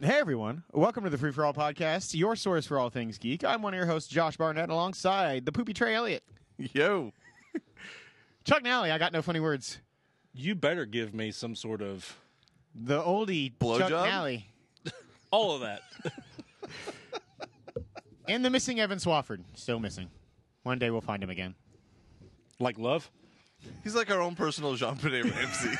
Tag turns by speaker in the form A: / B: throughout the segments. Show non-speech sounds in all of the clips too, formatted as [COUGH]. A: Hey everyone, welcome to the Free for All podcast, your source for all things geek. I'm one of your hosts, Josh Barnett, alongside the poopy Trey Elliott,
B: Yo.
A: [LAUGHS] Chuck Nally. I got no funny words.
C: You better give me some sort of
A: The oldie Chuck
B: Blowjob?
A: Nally
C: all of that.
A: and the missing Evan Swafford, still missing. One day we'll find him again.
C: [LAUGHS] like love?
B: He's like our own personal Jean
A: [LAUGHS]
B: Benet Ramsey.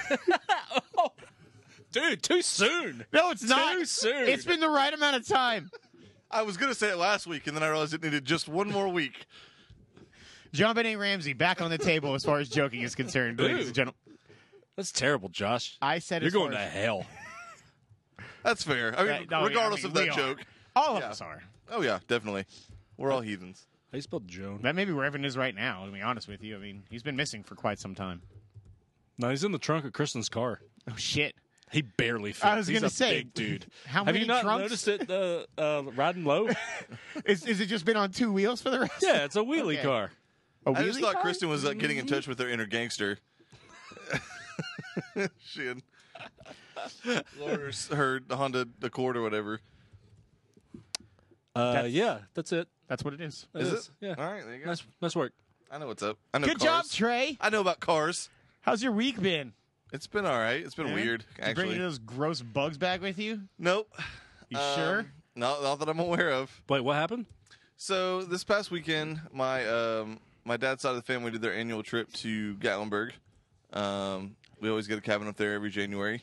C: Dude, too soon.
A: No, it's not.
C: Too soon.
A: It's been the right amount of time. [LAUGHS]
B: I was going to say it last week, and then I realized it needed just one more week.
A: John Benet Ramsey back on the table as far as joking is concerned, ladies
C: Ooh.
A: and gentlemen.
C: That's terrible, Josh.
A: I said
C: You're
A: as
C: going
A: far
C: to
A: as-
C: hell.
B: That's fair. I mean,
A: Yeah, no, yeah,
B: regardless
A: I mean,
B: of
A: we
B: that
A: are.
B: joke.
A: All of
B: Yeah.
A: us are.
B: Oh, yeah, definitely. We're all heathens.
C: How you spelled Joan?
A: That may be where Evan is right now, to be honest with you. I mean, he's been missing for quite some time.
C: No, he's in the trunk of Kristen's car.
A: Oh, shit.
C: He barely fits.
A: I was
C: He's
A: gonna
C: a
A: say,
C: big dude.
A: [LAUGHS] how
C: Have
A: many
C: you not
A: trunks?
C: noticed it uh, uh, riding low?
A: [LAUGHS] Is, is it just been on two wheels for the rest?
C: yeah, it's a wheelie
A: Okay.
C: car.
A: A
B: I just
A: wheelie
B: thought
A: car?
B: Kristen was like, getting in touch with her inner gangster. [LAUGHS] she had her, her Honda Accord or whatever.
C: Uh, yeah, that's it.
A: That's what it is.
C: That
B: Is it?
C: Yeah.
B: All right, there you go.
C: Nice, nice work.
B: I know what's up. I know
A: Good
B: cars.
A: job, Trey.
B: I know about cars.
A: How's your week been?
B: It's been all right. It's been weird,
A: Did you bring any
B: actually.
A: of those gross bugs back with you?
B: Nope.
A: You
B: Um,
A: sure?
B: Not, not that I'm aware of.
C: Wait, what happened?
B: So this past weekend, my um, my dad's side of the family did their annual trip to Gatlinburg. Um, we always get a cabin up there every January.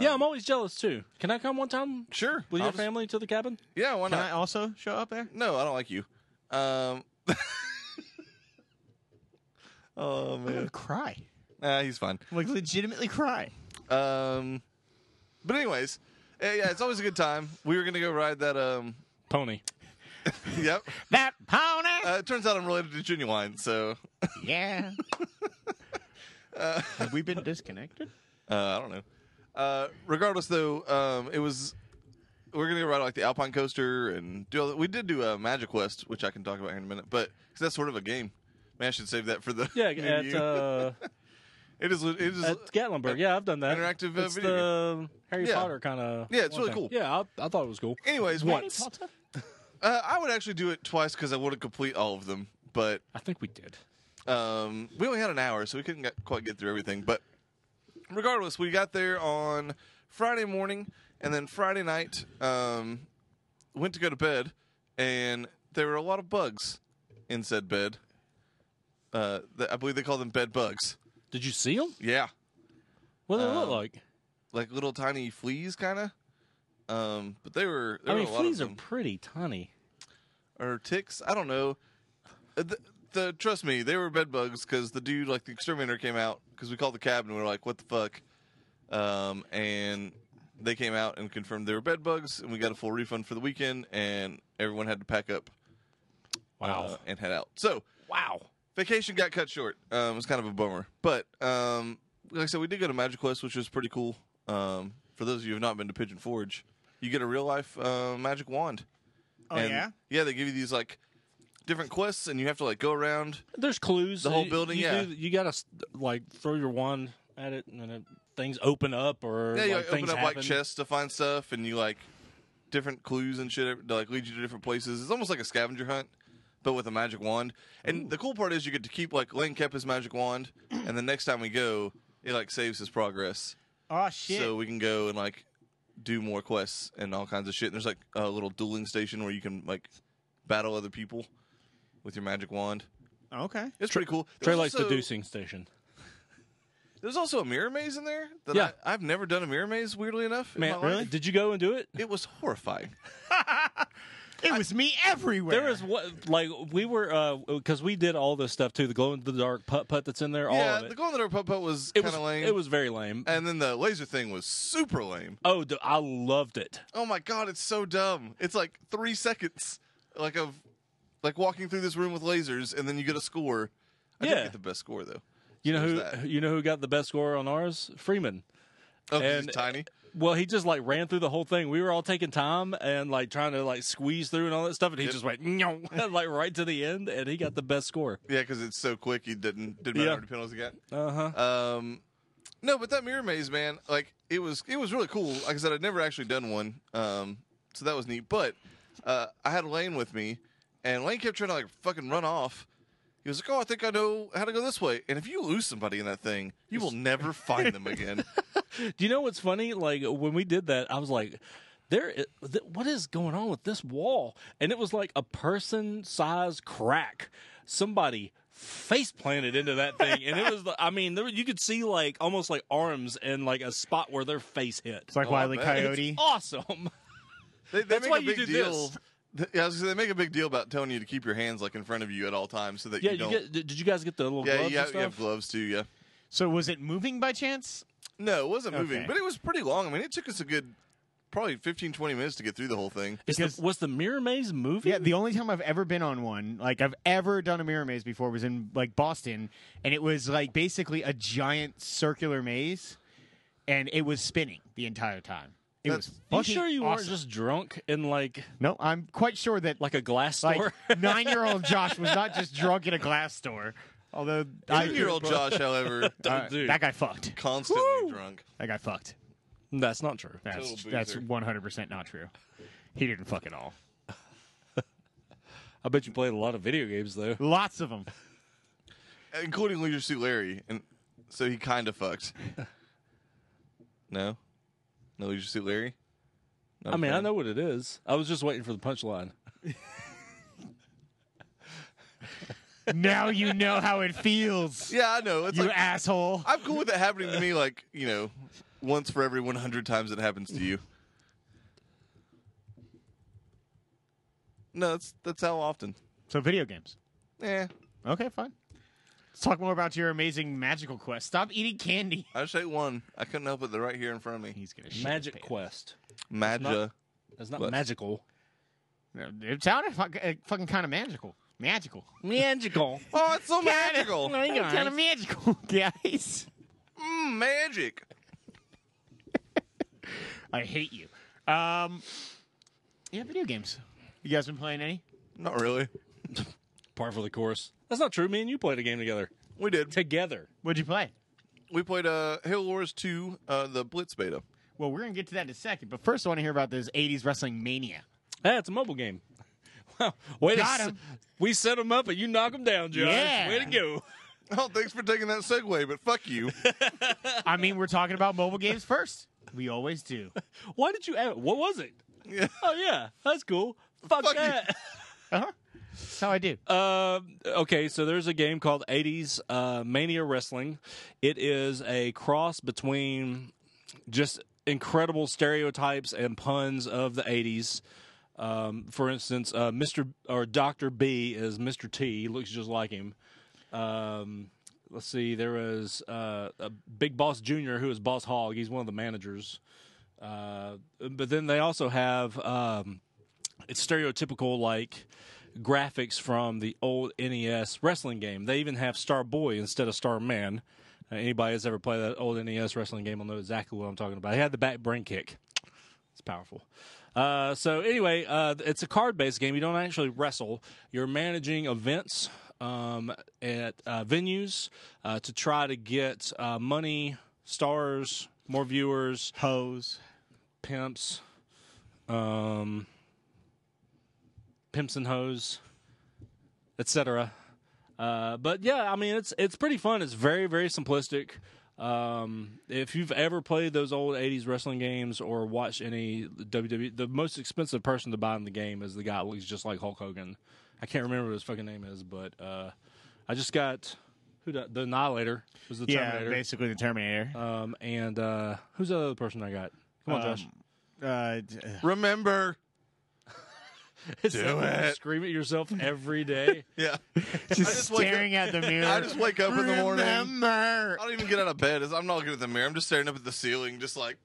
C: yeah, I'm always jealous too. Can I come one time
B: Sure,
C: with your
B: I'll just-
C: family to the cabin?
B: Yeah, why
A: Can
B: not?
A: I also show up there?
B: No, I don't like you. Um, oh
A: I'm going
B: man,
A: to cry.
B: nah, he's fine.
A: Like, legitimately cry.
B: Um, but anyways, eh, yeah, it's always a good time. We were gonna go ride that. Um, [LAUGHS]
C: Pony.
B: yep.
A: That pony!
B: Uh, it turns out I'm related to Genuine, so [LAUGHS]
A: yeah. Have we been disconnected?
B: Uh, I don't know. Uh, regardless, though, um, it was we are gonna go ride like the Alpine coaster and do. All the, we did do a Magic Quest, which I can talk about here in a minute, but 'cause that's sort of a game. Man, I should save that for the [LAUGHS]
C: Yeah,
A: [LAUGHS]
B: new
C: at
B: you.
C: uh,
B: it is. It is.
C: at Gatlinburg. yeah, I've done that.
B: Uh, interactive, uh,
C: it's
B: video
C: the um, Harry
B: Yeah.
C: Potter kind of.
B: Yeah, it's really cool.
C: Yeah, I, I thought it was cool.
B: anyways,
C: once.
B: uh, I would actually do it twice because I wouldn't complete all of them, but
C: I think we did.
B: um, we only had an hour, so we couldn't get, quite get through everything. But regardless, we got there on Friday morning, and then Friday night um, went to go to bed, and there were a lot of bugs in said bed. Uh, th- I believe they call them bed bugs.
C: Did you see them?
B: Yeah,
C: What did it look
B: Um,
C: like?
B: like little tiny fleas, kind of. Um, but they were. There
C: I
B: were
C: mean,
B: a lot
C: fleas
B: of
C: are
B: them.
C: pretty tiny.
B: or ticks. I don't know. Uh, The, the trust me, they were bed bugs because the dude, like the exterminator, came out because we called the cabin. We were like, "What the fuck?" Um, and they came out and confirmed they were bed bugs, and we got a full refund for the weekend, and everyone had to pack up uh, and head out. So
C: wow.
B: vacation got cut short. Um, it was kind of a bummer, but um, like I said, we did go to Magic Quest, which was pretty cool. Um, for those of you who have not been to Pigeon Forge, you get a real life uh, magic wand.
A: Oh,
B: [LAUGHS] And,
A: yeah?
B: yeah. They give you these like different quests, and you have to like go around.
C: There's clues.
B: The whole
C: You-
B: building,
C: you
B: yeah.
C: do- you gotta like throw your wand at it, and then it, things open up, or
B: Yeah, you
C: like,
B: like,
C: things
B: open up
C: happen.
B: like chests to find stuff, and you like different clues and shit to like lead you to different places. It's almost like a scavenger hunt, but with a magic wand. And the cool part is you get to keep like Lane kept his magic
C: [CLEARS THROAT]
B: wand, and the next time we go, it like saves his progress,
A: Oh, shit.
B: so we can go and like do more quests and all kinds of shit. And there's like a little dueling station where you can like battle other people with your magic wand.
A: okay.
B: It's pretty cool.
C: Trey
B: There's
C: likes the
B: also-
C: deucing station.
B: There's also a mirror maze in there. That
C: Yeah.
B: I, I've never done a mirror maze. Weirdly enough, in
C: Man,
B: my life.
C: really? Did you go and do it?
B: It was horrifying.
A: It was me everywhere.
C: There was what like we were uh because we did all this stuff too. The glow in the dark putt putt that's in there, [LAUGHS] all
B: yeah,
C: of
B: the
C: it.
B: glow in the dark putt putt was
C: it
B: kind
C: was
B: of lame.
C: it was very lame.
B: and then the laser thing was super lame.
C: oh, d- I loved it.
B: Oh my god, it's so dumb. It's like three seconds, like of like walking through this room with lasers, and then you get a score. I
C: Yeah.
B: did get the best score though.
C: You know
B: There's
C: who
B: that.
C: you know who got the best score on ours? Freeman.
B: Oh, 'cause
C: And-
B: he's tiny.
C: Well, he just like ran through the whole thing. We were all taking time and like trying to like squeeze through and all that stuff, and he
B: Yep.
C: just went [LAUGHS] "Nyo," like right to the end, and he got the best score.
B: Yeah, because it's so quick. He didn't didn't matter
C: Yeah.
B: how many penalties he got.
C: Uh huh.
B: Um, no, but that mirror maze, man, like it was, it was really cool. Like I said, I'd never actually done one, um, so that was neat. But uh, I had Lane with me, and Lane kept trying to like fucking run off. He was like, "Oh, I think I know how to go this way." And if you lose somebody in that thing, you will never find them again.
C: Do you know what's funny? Like when we did that, I was like, "There, i- th- what is going on with this wall?" And it was like a person-sized crack. Somebody face planted into that thing, and it was. the- I mean, there, were- you could see like almost like arms and like a spot where their face hit.
A: It's like
B: Oh, I
A: Wiley
B: bet.
A: Coyote. [LAUGHS]
C: awesome.
B: [LAUGHS] They, they
C: That's
B: make
C: why
B: a
C: you
B: big
C: do
B: deal.
C: this.
B: Th- Yeah, I was gonna say, they make a big deal about telling you to keep your hands like in front of you at all times so that
C: Yeah,
B: you
C: you,
B: don't.
C: get. Did did you guys get the little
B: yeah,
C: gloves
B: you
C: and
B: have, you have
C: stuff?
B: gloves too. Yeah.
A: So was it moving by chance?
B: No, it wasn't moving,
A: Okay.
B: but it was pretty long. I mean, it took us a good probably 15, 20 minutes to get through the whole thing.
C: Is the-
A: Because-
C: was the mirror maze moving?
A: Yeah, the only time I've ever been on one, like I've ever done a mirror maze before, was in like Boston, and it was like basically a giant circular maze, and it was spinning the entire time. It
B: That's-
A: was.
C: you
A: fucking
C: sure you weren't
A: awesome.
C: just drunk in like
A: No, I'm quite sure that
C: like a glass
A: like
C: door?
A: nine-year-old Josh was not just drunk in a glass store. Although I-
B: Two year old Josh, [LAUGHS] however,
A: [LAUGHS] Uh,
C: Dude.
A: that guy fucked.
B: constantly
C: Woo!
B: drunk.
A: That guy fucked.
C: [LAUGHS] That's not true.
A: That's
B: Total
A: that's
B: boozer.
A: 100 percent not true. He didn't fuck at all.
C: I bet you played a lot of video games though.
A: Lots of them.
B: Including Leisure Suit Larry. And so he kind of [LAUGHS] fucked. No? No Leisure Suit Larry? Not
C: I
B: a
C: mean, I
B: fan?
C: know what it is. I was just waiting for the punchline.
A: now you know how it feels.
B: [LAUGHS] Yeah, I know. It's
A: You
B: like,
A: asshole.
B: I'm cool with it happening to me, like, you know, once for every 100 times it happens to you. [LAUGHS] No, that's that's how often.
A: So video games.
B: Yeah,
A: Okay, fine. Let's talk more about your amazing magical quest. Stop eating candy. [LAUGHS]
B: I just ate one. I couldn't help it. They're right here in front of me.
A: He's gonna shit
C: Magic
A: his pants.
C: Quest.
B: Magia.
C: That's not
B: What?
C: magical.
A: It sounded fuck- uh, fucking kind of magical. Magical.
C: [LAUGHS] Magical.
B: Oh, it's so magical.
A: Kind of magical, [LAUGHS] guys.
B: Mm, magic.
A: I hate you. Um, yeah, video games. You guys been playing any?
B: Not really.
C: Par for the course. That's not true. Me and you played a game together.
B: We did.
C: Together.
A: What'd you play?
B: We played uh, Halo Wars 2, uh, the Blitz beta.
A: Well, we're gonna get to that in a second, but first I want to hear about this '80s wrestling mania.
C: Hey, it's a mobile game. [LAUGHS] Wow. Way to
A: Got
C: s-
A: him.
C: We set them up and you knock them down, Josh.
A: Yeah.
C: Way to go.
B: Oh, thanks for taking that segue, but fuck you.
A: I mean, we're talking about mobile games first. We always do.
C: Why did you add What was it? Oh, yeah. That's cool. Fuck,
B: Fuck you.
C: that.
A: Uh-huh. That's how I do.
C: Um, okay, so there's a game called 80s uh, Mania Wrestling. It is a cross between just incredible stereotypes and puns of the 80s. Um, for instance, uh, Mr. or Dr. B is Mr. T. He looks just like him. Um, let's see, there was uh, a Big Boss Jr., who is Boss Hog. He's one of the managers. Uh, but then they also have. Um, it's stereotypical like graphics from the old NES wrestling game. They even have Star Boy instead of Star Man. Uh, anybody that's ever played that old NES wrestling game will know exactly what I'm talking about. He had the back brain kick. It's powerful. Uh, so anyway, uh, it's a card-based game. You don't actually wrestle. You're managing events um, at uh, venues uh, to try to get uh, money, stars, more viewers,
A: Hose.
C: pimps, um, pimps and hoes, etc. Uh, but yeah, I mean it's it's pretty fun. It's very very simplistic. Um, if you've ever played those old '80s wrestling games or watched any WWE, the most expensive person to buy in the game is the guy who looks just like Hulk Hogan. I can't remember what his fucking name is, but uh, I just got who da- the Annihilator was the
A: Yeah,
C: Terminator,
A: basically the Terminator.
C: um, and uh, who's the other person I got?
A: Um,
C: Come on, Josh.
A: Uh, d- uh,
B: [LAUGHS] Remember.
C: [LAUGHS] It's
B: Do
C: like you
B: it.
C: Scream at
A: [LAUGHS]
C: yourself every day.
B: [LAUGHS] Yeah.
A: just,
B: just wake up-
A: staring at
C: [LAUGHS]
A: the mirror.
B: I just wake up in the morning.
A: Remember.
B: I don't even get out of bed. It's- I'm not looking at the mirror. I'm just staring up at the ceiling, just [LAUGHS] like,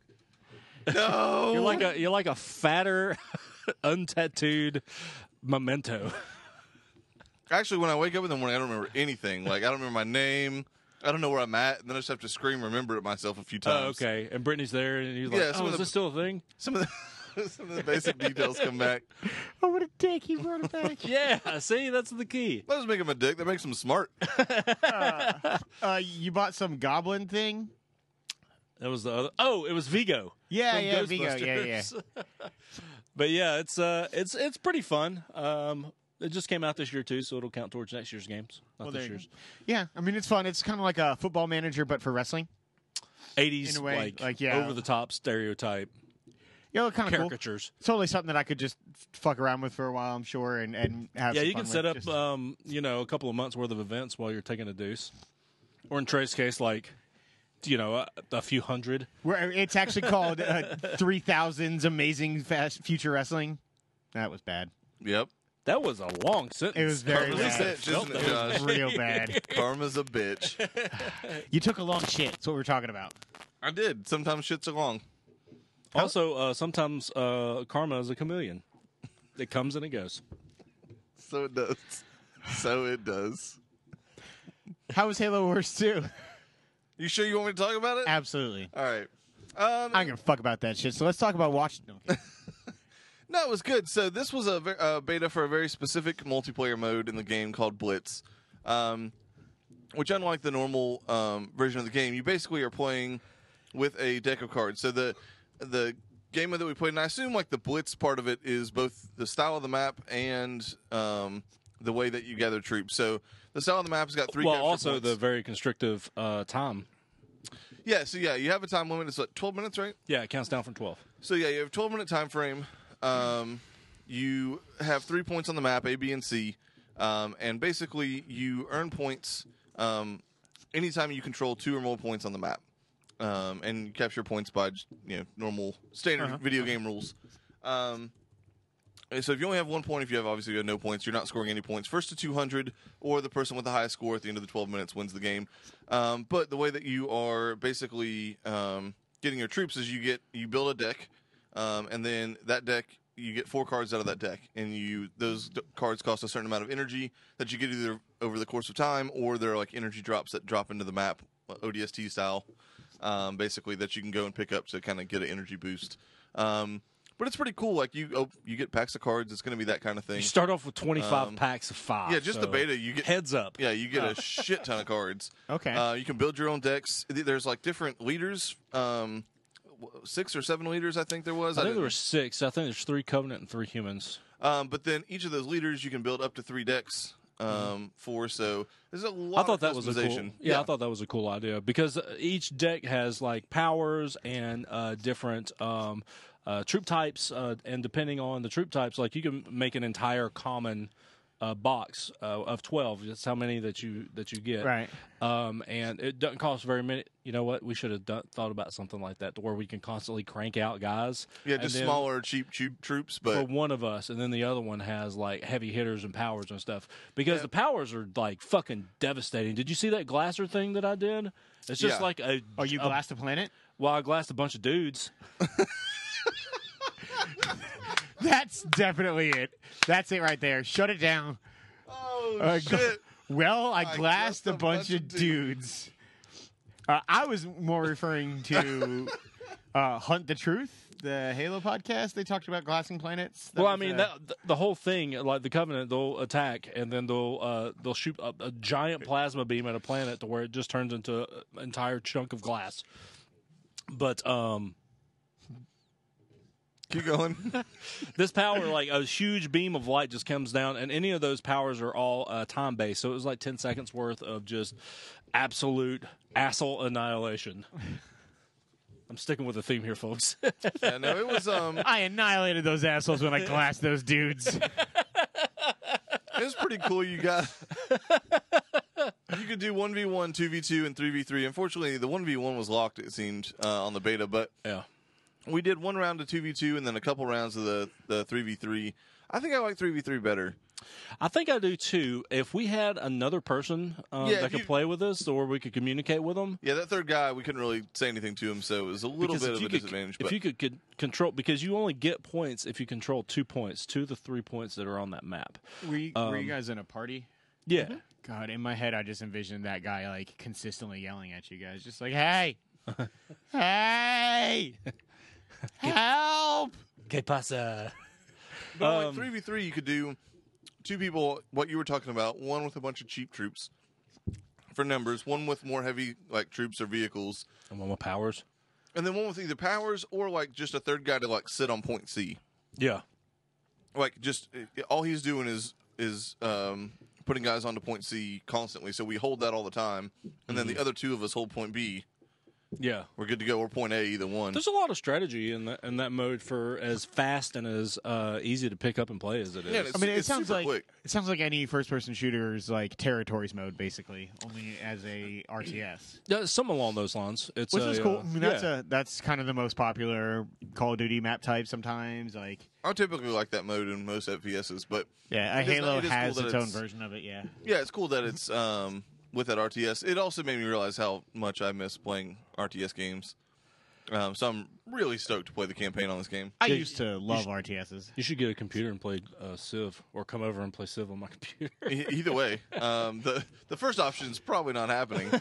B: no.
C: You're like a you're like a fatter, [LAUGHS] untattooed memento.
B: Actually, when I wake up in the morning, I don't remember anything. Like, I don't remember my name. I don't know where I'm at, and then I just have to scream, remember it myself a few times.
C: Oh, okay. And Brittany's there, and he's like,
B: Yeah, some
C: "Oh,
B: of
C: is
B: the-
C: this still a
A: [LAUGHS]
C: thing?"
B: Some of the [LAUGHS] some of the basic details come back.
A: Oh, what a dick! He brought it back.
C: Yeah. See, that's the key.
B: Let's make him a dick. That makes him smart.
A: [LAUGHS] uh, you bought some goblin thing.
C: That was the other. Oh, it was Vigo.
A: Yeah,
C: from
A: yeah, Vigo, yeah,
C: [LAUGHS]
A: yeah.
C: Ghostbusters. but yeah, it's uh, it's it's pretty fun. Um, it just came out this year too, so it'll count towards next year's games, not
A: Well, there
C: this
A: you
C: year's.
A: go. Yeah, I mean it's fun. It's kind of like a football manager, but for wrestling.
C: Eighties
A: In a way,
C: like,
A: like, yeah.
C: over the top stereotype
A: Yeah, kind of cool.
C: caricatures.
A: It's totally something that I could just fuck around with for a while, I'm sure, and and have.
C: Yeah,
A: some
C: you
A: fun
C: can
A: with.
C: set up
A: Just-
C: um, you know a couple of months worth of events while you're taking a deuce, or in Trey's case, like you know a, a few hundred.
A: where it's actually called
C: [LAUGHS]
A: uh, Three Thousands Amazing Fast Future Wrestling. That was bad.
B: Yep.
C: That was a long sentence.
A: It was
C: [LAUGHS]
A: very
C: At
B: Karma's
A: bad.
B: a bitch,
C: least it felt
B: isn't it,
C: that way.
B: Josh?
A: Real
C: [LAUGHS]
A: bad.
B: Karma's a bitch.
A: You took a long shit. That's what we're talking about.
B: I did. Sometimes shit's along.
C: Also, uh, sometimes uh, karma is a chameleon. It comes and it goes.
B: So it does. [LAUGHS] So it does.
A: How was Halo Wars 2?
B: You sure you want me to talk about it?
A: Absolutely.
B: All right. Um,
A: I don't give a fuck about that shit. So let's talk about Watch. [LAUGHS] No.
B: No, it was good. So this was a ver- uh, beta for a very specific multiplayer mode in the game called Blitz, um, which, unlike the normal um, version of the game, you basically are playing with a deck of cards. So the the game mode that we played, and I assume like the Blitz part of it is both the style of the map and um, the way that you gather troops. So the style of the map's got three.
C: well,
B: capture
C: also
B: points.
C: the very constrictive uh, time.
B: yeah. So yeah, you have a time limit. It's like twelve minutes, right?
C: Yeah, it counts down from twelve.
B: So yeah, you have a 12 minute time frame. Um, you have three points on the map, A, B, and C, um, and basically you earn points um, anytime you control two or more points on the map, um, and you capture points by just, you know normal standard video game rules. Um, and so if you only have one point, if you have obviously you have no points, you're not scoring any points. First to 200, or the person with the highest score at the end of the 12 minutes wins the game. Um, but the way that you are basically um, getting your troops is you get you build a deck, um, and then that deck you get four cards out of that deck, and you those d- cards cost a certain amount of energy that you get either over the course of time, or they're like energy drops that drop into the map, uh, ODST style, um, basically that you can go and pick up to kind of get an energy boost. Um, but it's pretty cool. Like you, oh, you get packs of cards. It's going to be that kind of thing.
C: You start off with twenty-five
B: Um,
C: packs of five.
B: yeah, just the
C: so
B: beta. You get
C: Heads up.
B: yeah, you
C: [LAUGHS]
B: get a shit ton of cards.
A: Okay.
B: Uh, you can build your own decks. Th- There's like different leaders. Um, w- six or seven leaders, I think there was.
C: I think there
B: didn't-
C: were six. I think there's three covenant and three humans.
B: Um, but then each of those leaders, you can build up to three decks. Um, for so there's a lot.
C: Mm-hmm. I thought
B: of
C: that was a cool. Yeah,
B: customization.
C: I thought that was a cool idea because uh, each deck has like powers and uh, different um, uh, troop types, uh, and depending on the troop types, like you can make an entire common uh, box uh, of twelve. That's how many that you that you get.
A: Right.
C: Um, and it doesn't cost very many. You know what? We should have done, thought about something like that, to where we can constantly crank out guys.
B: yeah,
C: and
B: just
C: then-
B: smaller, cheap, cheap troops.
C: for
B: But
C: one of us, and then the other one has like heavy hitters and powers and stuff. Because the powers are like fucking devastating. Did you see that Glasser thing that I did? It's just
B: Yeah.
C: like a
A: Oh, you glassed a planet?
C: well, I glassed a bunch of dudes.
A: That's definitely it. That's it right there. Shut it down.
B: oh
A: Uh,
B: shit!
A: go- Well, I,
B: I
A: glassed a bunch, of dudes. Uh, I was more referring [LAUGHS] to uh, Hunt the Truth, the Halo podcast. They talked about glassing planets. That
C: well, I
A: was,
C: mean
A: uh,
C: that th- the whole thing, like the Covenant, they'll attack and then they'll uh, they'll shoot a, a giant plasma beam at a planet to where it just turns into an entire chunk of glass. But um,
B: Keep
C: [LAUGHS]
B: going.
C: this power, like a huge beam of light, just comes down, and any of those powers are all uh, time based. So it was like ten seconds worth of just absolute asshole annihilation. I'm sticking with the theme here, folks. [LAUGHS]
B: yeah, no, it was um,
A: I annihilated those assholes when I glassed those [LAUGHS] dudes.
B: it was pretty cool. You got [LAUGHS] you could do one v one, two v two, and three v three. Unfortunately, the one v one was locked. It seemed uh, on the beta, but
C: yeah,
B: we did one round of two v two, and then a couple rounds of the the three v three. I think I like three v three better.
C: I think I do too. If we had another person um,
B: Yeah,
C: that
B: if
C: could
B: you-
C: play with us, or we could communicate with them.
B: Yeah, that third guy, we couldn't really say anything to him, so it was a little
C: Because
B: bit
C: if
B: of
C: you
B: a
C: could-
B: disadvantage.
C: If
B: But
C: you could, could control, because you only get points if you control two points, two of the three points that are on that map.
A: were, you, were you guys in a party?
C: Yeah,
A: God, in my head, I just envisioned that guy like consistently yelling at you guys, just like, "Hey, hey, help!"
C: Que pasa?
B: But on,
C: Um,
B: like three v three, you could do two people. What you were talking about, one with a bunch of cheap troops for numbers, one with more heavy like troops or vehicles,
C: I'm on my powers.
B: and then one with either powers or like just a third guy to like sit on point C.
C: Yeah.
B: Like just i- all he's doing is is um, putting guys onto point C constantly. So we hold that all the time, and then the other two of us hold point B.
C: Yeah.
B: We're good to go, or point A, either one.
C: There's a lot of strategy in that in that mode for as fast and as uh, easy to pick up and play as it is.
B: Yeah, it's-
A: I mean, it sounds
B: super
A: like
B: quick.
A: it sounds like any first-person shooter's like territories mode, basically, only as a RTS,
C: Yeah, some along those lines. It's
A: which
C: a,
A: is cool.
C: uh,
A: I mean, that's
C: yeah.
A: a that's kind of the most popular Call of Duty map type. Sometimes, like,
B: I typically like that mode in most FPSs, but
A: yeah, a
B: It is not-
A: Halo
B: it is cool
A: has
B: that
A: its own
B: it's-
A: version of it. Yeah,
B: Yeah, it's cool that it's um, with that RTS. It also made me realize how much I miss playing RTS games. Um, so I'm really stoked to play the campaign on this game.
A: I
C: Yeah,
A: used to love RTSs.
C: you should get a computer and play uh, Civ, or come over and play Civ on my [LAUGHS] computer.
B: E- Either way, um, the the first option is probably not happening,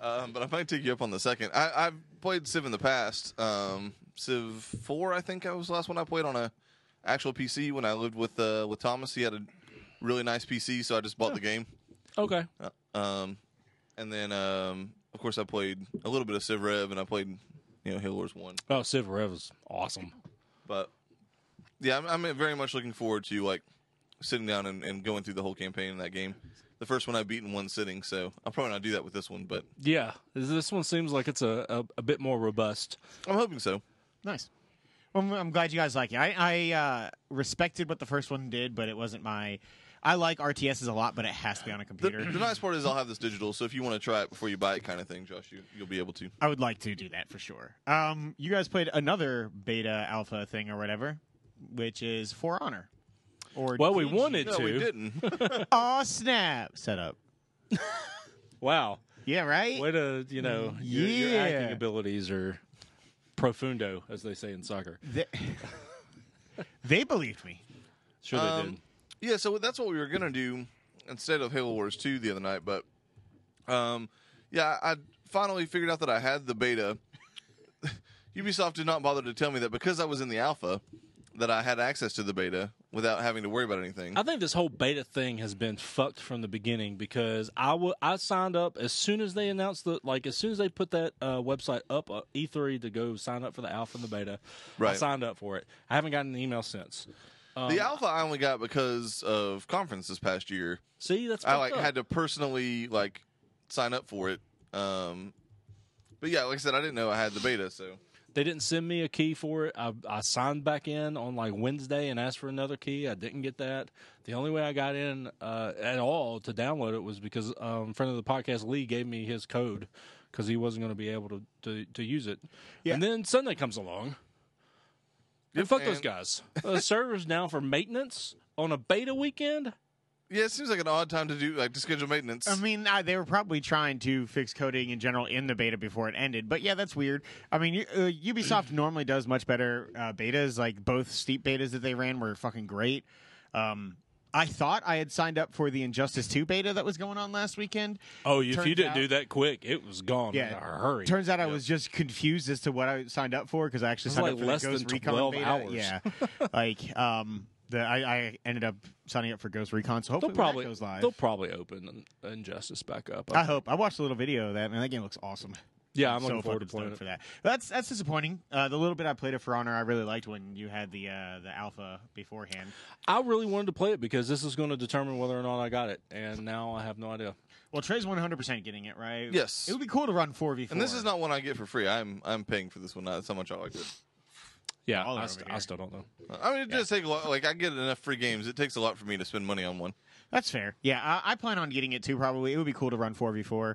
B: um, but I might take you up on the second. I, I've played Civ in the past. Um, Civ four, I think, I was the last one I played on a actual PC when I lived with uh, with Thomas. He had a really nice PC, so I just bought the game.
C: okay.
B: Uh, Um, and then um, of course I played a little bit of Civ Rev, and I played you know Halo Wars One.
C: Oh, Civ Rev is awesome.
B: But yeah, I'm, I'm very much looking forward to like sitting down and, and going through the whole campaign in that game. The first one I beat in one sitting, so I'll probably not do that with this one, but
C: Yeah, this- this one seems like it's a, a, a bit more robust.
B: I'm hoping so.
A: Nice. Well, I'm- I'm glad you guys like it. I, I uh, respected what the first one did, but it wasn't my. I like RTSs a lot, but it has to be on a
B: The,
A: computer.
B: the nice part is I'll have this digital, so if you want to try it before you buy it, kind of thing, Josh, you, you'll be able to.
A: I would like to do that for sure. Um, you guys played another beta alpha thing or whatever, which is For Honor. Or
C: Well, we
A: did
C: wanted
A: you-
B: No, we
C: to.
B: didn't.
A: Aw, snap! Set up.
C: Wow,
A: Yeah, right.
C: way to you know your, your
A: Yeah.
C: acting abilities are profundo, as they say in soccer.
A: They, [LAUGHS] they believed me.
C: Sure they
B: Um,
C: did.
B: Yeah, so that's what we were gonna do instead of Halo Wars two the other night, but um, yeah, I I finally figured out that I had the beta. [LAUGHS] Ubisoft did not bother to tell me that because I was in the alpha, that I had access to the beta without having to worry about anything.
C: I think this whole beta thing has been fucked from the beginning because I wa- I signed up as soon as they announced the like as soon as they put that uh, website up uh, E3 to go sign up for the alpha and the beta. I
B: Right.
C: signed up for it. I haven't gotten an email since.
B: the alpha I only got because of conference this past year.
C: See, that's
B: I
C: fucked
B: like
C: up.
B: had to personally like sign up for it. Um, but yeah, like I said, I didn't know I had the beta, so
C: They didn't send me a key for it. I, I signed back in on like Wednesday and asked for another key. I didn't get that. The only way I got in uh, at all to download it was because um, friend of the podcast Lee gave me his code because he wasn't going to be able to, to to use it. And then Sunday comes along. and fuck those
B: and-
C: guys. The [LAUGHS] server's down for maintenance on a beta weekend.
B: yeah, it seems like an odd time to do like to schedule maintenance.
A: I mean, I, they were probably trying to fix coding in general in the beta before it ended, but yeah, that's weird. I mean, you- uh,
C: [CLEARS THROAT]
A: Ubisoft normally does much better uh, betas. Like both steep betas that they ran were fucking great. Um, I thought I had signed up for the Injustice Two beta that was going on last weekend.
C: Oh, if
A: Turns didn't do out-
C: that quick, it was gone
A: Yeah. Turns out I was just confused as to what I signed up for because I actually
C: It was
A: signed
C: like
A: up for
C: less
A: the
C: than
A: Ghost Recon
C: 12
A: beta.
C: hours. [LAUGHS]
A: Yeah, like um, the I, I ended up signing up for Ghost Recon. So
C: They'll
A: hopefully when that
C: probably
A: goes live.
C: they'll probably open Injustice back up.
A: I hope. I watched a little video of that, man. That game looks awesome.
C: Yeah, I'm
A: so
C: looking forward to
A: fucking
C: playing
A: stoked
C: it.
A: for that. That's that's disappointing. Uh, the little bit I played it for Honor, I really liked when you had the uh, the alpha beforehand.
C: I really wanted to play it because this is going to determine whether or not I got it, and now I have no idea.
A: Well, Trey's 100 percent getting it right.
B: Yes.
A: it would be cool to run 4v4.
B: And this is not one I get for free. I'm I'm paying for this one. That's how much I like it.
C: Yeah,
A: All
C: I,
A: over
C: st-
A: here.
C: I still don't know.
B: I mean, it does take a lot. Like I get enough free games. It takes a lot for me to spend money on one.
A: That's fair. Yeah, I, I plan on getting it too. Probably it would be cool to run 4v4. Uh,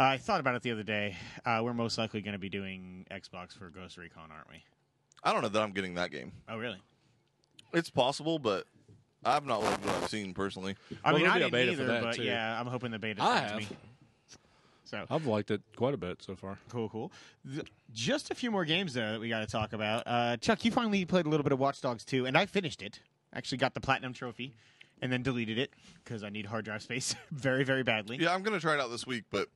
A: I thought about it the other day. Uh, we're most likely going to be doing Xbox for Ghost Recon, aren't we?
B: I don't know that I'm getting that game.
A: Oh, really?
B: It's possible, but I've not liked what I've seen personally.
A: I
C: Well,
A: mean,
C: there'll
A: I
C: be a
A: didn't
C: beta for
A: either,
C: that,
A: but
C: too.
A: yeah, I'm hoping the beta.
C: I
A: finds
C: have.
A: Me. So
C: I've liked it quite a bit so far.
A: Cool, cool. Th- just a few more games though that we got to talk about. Uh, Chuck, you finally played a little bit of Watch Dogs 2, and I finished it. Actually, got the platinum trophy, and and then deleted it because I need hard drive space [LAUGHS] very, very badly.
B: Yeah, I'm gonna try it out this week, but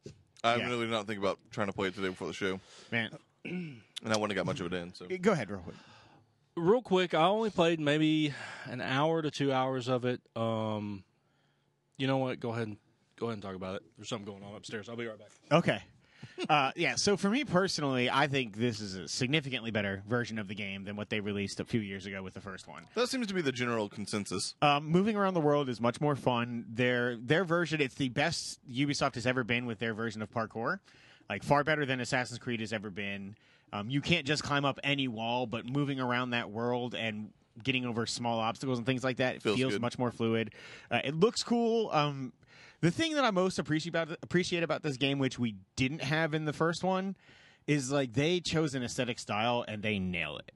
B: I'm
A: Yeah.
B: really not thinking about trying to play it today before the show,
A: Man,
B: and I wouldn't have got much of it in. So
A: go ahead real quick.
C: real quick, I only played maybe an hour to two hours of it. Um, you know what? Go ahead and go ahead and talk about it. There's something going on upstairs. I'll be right back.
A: Okay. Uh, yeah, so for me personally, I think this is a significantly better version of the game than what they released a few years ago with the first one.
B: that seems to be the general consensus.
A: Um, moving around the world is much more fun. Their their version, it's the best Ubisoft has ever been with their version of parkour, like far better than Assassin's Creed has ever been. Um, you can't just climb up any wall, but moving around that world and getting over small obstacles and things like that it
B: Feels
A: feels,
B: good.
A: much more fluid. Uh, it looks cool. Um, the thing that I most appreciate about appreciate about this game, which we didn't have in the first one, is like they chose an aesthetic style and they nail it.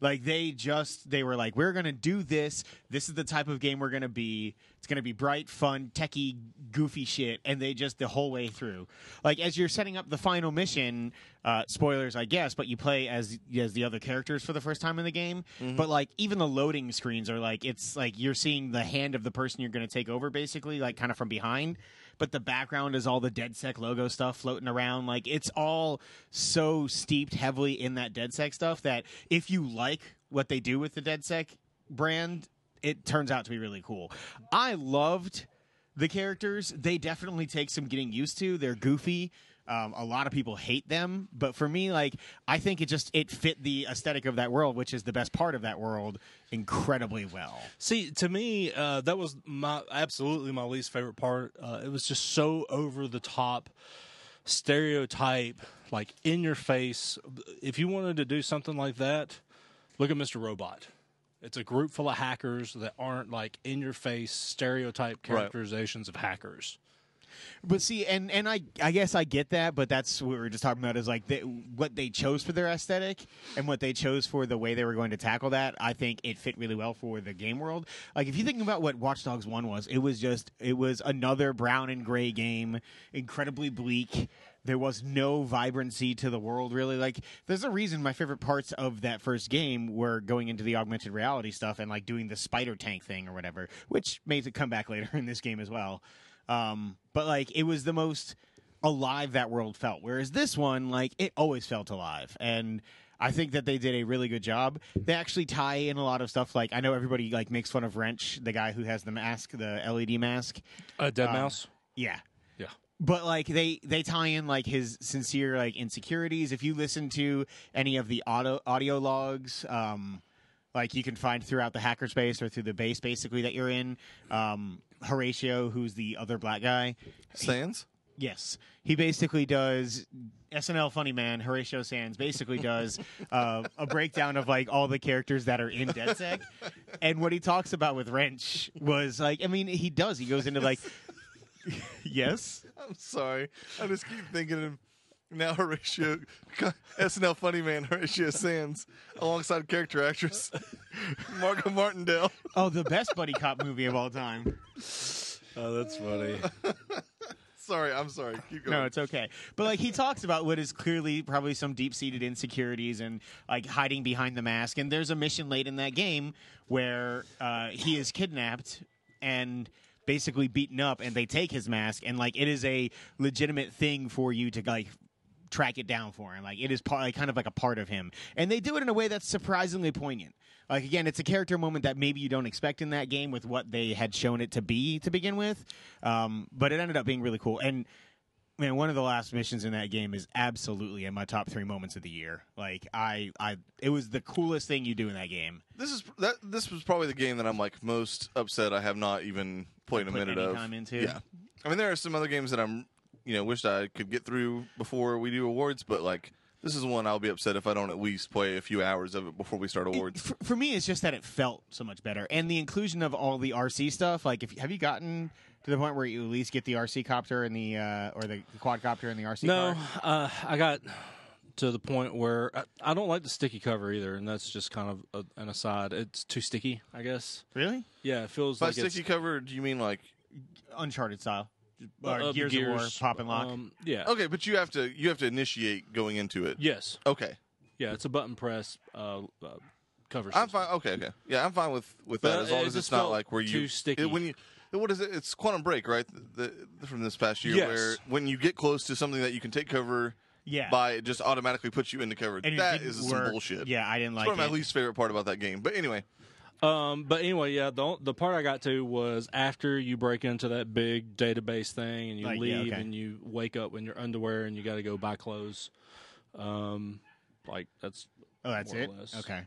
A: Like they just they were like, we're gonna do this. This is the type of game we're gonna be. It's gonna be bright, fun, techie, goofy shit. And they just the whole way through. Like as you're setting up the final mission, uh, spoilers, I guess, but you play as as the other characters for the first time in the game. But like even the loading screens are like it's like you're seeing the hand of the person you're gonna take over, basically, like kind of from behind but the background is all the DedSec logo stuff floating around. Like it's all so steeped heavily in that DedSec stuff that if you like what they do with the DedSec brand, it turns out to be really cool. I loved the characters. They definitely take some getting used to. They're goofy. Um, a lot of people hate them, but for me, like I think it just it fit the aesthetic of that world, which is the best part of that world, incredibly well.
C: See, to me, uh, that was my absolutely my least favorite part. Uh, it was just so over the top, stereotype, like in your face. If you wanted to do something like that, look at Mr. Robot. It's a group full of hackers that aren't like in your face stereotype characterizations of hackers.
A: But see, and and I I guess I get that, but that's what we were just talking about is like they, what they chose for their aesthetic and what they chose for the way they were going to tackle that. I think it fit really well for the game world. Like if you think about what Watch Dogs One was, it was just it was another brown and gray game, incredibly bleak. There was no vibrancy to the world, really. Like, there's a reason my favorite parts of that first game were going into the augmented reality stuff and like doing the spider tank thing or whatever, which made a comeback later [LAUGHS] in this game as well. Um, but like it was the most alive that world felt. Whereas this one, like it always felt alive, and I think that they did a really good job. They actually tie in a lot of stuff. Like I know everybody like makes fun of Wrench, the guy who has the mask, the LED mask.
C: Uh, Dead
A: Um,
C: Mouse.
A: Yeah,
C: Yeah.
A: but like they they tie in like his sincere like insecurities if you listen to any of the auto audio logs um like you can find throughout the hackerspace or through the base basically that you're in um horatio who's the other black guy
B: Sans. [LAUGHS]
A: Yes, he basically does SNL Funny Man. Horatio Sands basically does [LAUGHS] uh, a breakdown of like all the characters that are in DedSec, and what he talks about with Wrench was like, I mean, he does. He goes into like, [LAUGHS] yes,
B: I'm sorry. I just keep thinking of now Horatio [LAUGHS] SNL funny man Horatio Sands alongside character actress [LAUGHS] Margot Martindale.
A: oh, the best buddy cop movie of all time.
C: Oh, that's funny.
B: Sorry, I'm sorry. Keep going.
A: No, it's okay. But like he talks about what is clearly probably some deep seated insecurities and like hiding behind the mask. And there's a mission late in that game where uh, he is kidnapped and basically beaten up, and they take his mask. And like it is a legitimate thing for you to like track it down for him. Like it is part, like, kind of like a part of him, and they do it in a way that's surprisingly poignant. Like again, it's a character moment that maybe you don't expect in that game with what they had shown it to be to begin with, um, but it ended up being really cool. And man, one of the last missions in that game is absolutely in my top three moments of the year. Like I, I, it was the coolest thing you do in that game.
B: This is that. This was probably the game that I'm like most upset. I have not even played a
A: Put
B: minute
A: any
B: of.
A: time into.
B: Yeah, I mean there are some other games that I'm, you know, wished I could get through before we do awards, but like this is one I'll be upset if I don't at least play a few hours of it before we start awards.
A: for, for me, it's just that it felt so much better, and the inclusion of all the RC stuff. Like, if have you gotten to the point where you at least get the RC copter and the uh, or the quadcopter and the RC?
C: [LAUGHS] No,
A: car?
C: uh, I got to the point where I, I don't like the sticky cover either, and that's just kind of a, an aside. It's too sticky, I guess.
A: really,
C: Yeah, it feels
B: By
C: like it's
B: sticky cover, do you mean like
A: Uncharted style,
C: uh,
A: or
C: uh,
A: Gears, of War, pop and lock.
C: Um, yeah.
B: okay? But you have to you have to initiate going into it.
C: Yes.
B: Okay.
C: Yeah, it's a button press uh, uh, cover.
B: I'm
C: system.
B: fine. Okay, okay. Yeah, I'm fine with with
C: But
B: that as long
C: it
B: as
C: just
B: it's not
C: felt
B: like where you
C: too sticky.
B: It, when you what is it? It's Quantum Break, right? The, the- from this past year,
C: Yes.
B: where when you get close to something that you can take cover
A: Yeah.
B: by, it just automatically puts you into cover.
A: And it
B: that
A: didn't
B: is
A: work.
B: some bullshit.
A: Yeah, I didn't
B: it's
A: like
B: one of my
A: it.
B: least favorite part about that game. But anyway,
C: Um, but anyway, yeah, the the part I got to was after you break into that big database thing and you
A: Like, yeah,
C: leave
A: okay.
C: and you wake up in your underwear and you got to go buy clothes. Um, like that's
A: oh, that's
C: more or
A: it.
C: less.
A: Okay.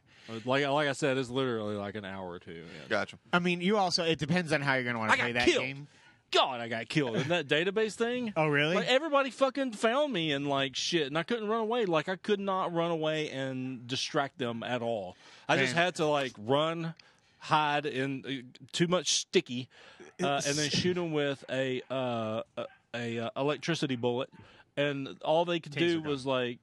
C: like like I said, it's literally like an hour or two. in.
B: gotcha.
A: I mean, you also it depends on how you're going to want
C: I
A: to
C: got
A: play that
C: killed.
A: game.
C: God, I got killed in that database thing.
A: Oh, really?
C: Like everybody fucking found me and like shit, and I couldn't run away. Like I could not run away and distract them at all. I just
A: Man.
C: had to like run, hide in uh, too much sticky, uh, and then shoot them with a uh, a, a uh, electricity bullet, and all they could do
A: Taser gun.
C: was like,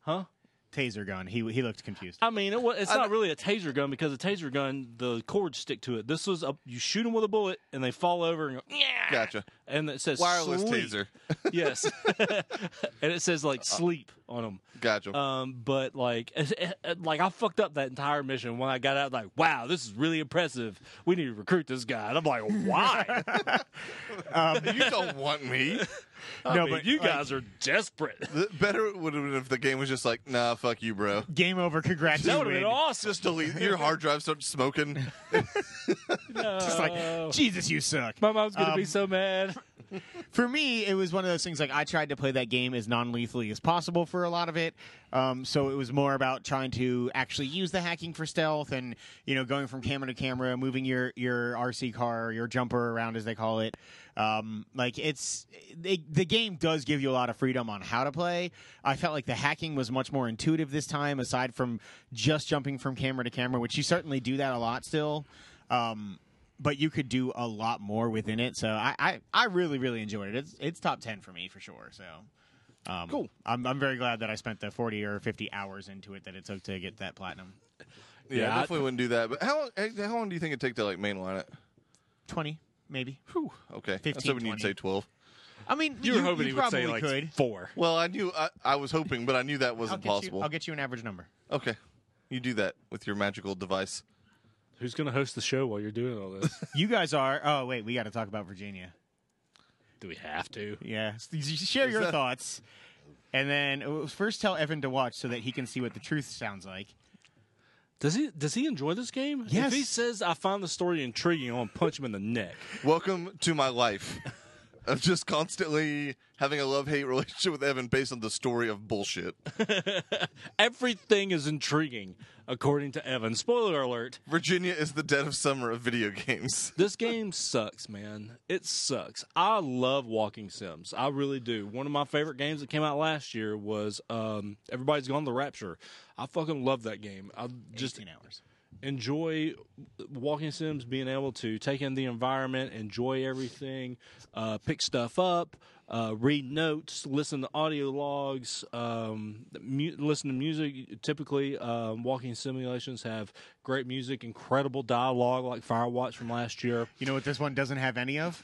C: huh?
A: Taser gun. He he looked confused.
C: I mean, it was, it's
B: I
C: not really a taser gun because a taser gun the cords stick to it. This was a you shoot them with a bullet and they fall over and go, yeah, [LAUGHS]
B: Gotcha.
C: and it says
B: Wireless
C: sleep.
B: taser.
C: Yes, [LAUGHS] and it says like sleep on them.
B: Gotcha.
C: Um, but like, [LAUGHS] like I fucked up that entire mission when I got out. Like, wow, this is really impressive. We need to recruit this guy. And I'm like, [LAUGHS] why?
B: [LAUGHS] you don't want me.
C: I
A: No,
C: mean,
A: but,
C: you
A: like-
C: guys are desperate. [LAUGHS]
B: The, better it would have been if the game was just like, nah, fuck you, bro.
A: Game over. Congrats.
C: That
A: you
C: would have
A: win.
C: been awesome.
B: Just delete your hard drive starts
C: [LAUGHS]
B: smoking.
A: Just
C: No.
A: like Jesus, you suck.
C: my mom's gonna be
A: Um,
C: so [LAUGHS] mad.
A: for me, it was one of those things. Like I tried to play that game as non-lethally as possible for a lot of it. Um, so it was more about trying to actually use the hacking for stealth, and you know, going from camera to camera, moving your your RC car, or your jumper around as they call it. Um, like it's it, the game does give you a lot of freedom on how to play. I felt like the hacking was much more intuitive this time, aside from just jumping from camera to camera, which you certainly do that a lot still. Um, but you could do a lot more within it. So I, I, I really, really enjoyed it. It's it's top ten for me for sure. So um,
C: Cool.
A: I'm I'm very glad that I spent the forty or fifty hours into it that it took to get that platinum.
B: Yeah,
C: Yeah,
B: I
C: I-
B: definitely wouldn't do that. But how how long do you think it'd take to like mainline it?
A: Twenty, maybe.
B: Whew, okay, I was
A: 15,
B: hoping you'd
A: 20.
B: say twelve.
A: I mean,
C: You
A: you,
C: were hoping
A: you
C: he would
A: probably
C: say like
A: could.
C: four.
B: Well, I knew I, I was hoping, but I knew that
A: I'll
B: wasn't
A: get
B: possible.
A: you. I'll get you an average number.
B: okay, you do that with your magical device.
C: Who's gonna host the show while you're doing all this? [LAUGHS]
A: You guys are. Oh wait, we got to talk about Virginia.
C: Do we have to?
A: Yeah, S- you should share your
B: that-
A: thoughts, and then uh, first tell Evan to watch so that he can see what the truth sounds like.
C: Does he does he enjoy this game?
A: Yes.
C: If he says I find the story intriguing, I'm gonna punch him in the neck.
B: Welcome to my life. [LAUGHS] of just constantly having a love hate relationship with Evan based on the story of bullshit.
C: Everything is intriguing, according to Evan. Spoiler alert.
B: Virginia is the dead of summer of video games. [LAUGHS]
C: This game sucks, man. It sucks. I love walking sims. I really do. One of my favorite games that came out last year was um, Everybody's Gone to the Rapture. I fucking love that game. I just
A: 18 hours.
C: enjoy walking sims being able to take in the environment enjoy everything uh, pick stuff up uh, read notes listen to audio logs um, mu- listen to music typically um, walking simulations have great music incredible dialogue like firewatch from last year
A: You know what this one doesn't have any of?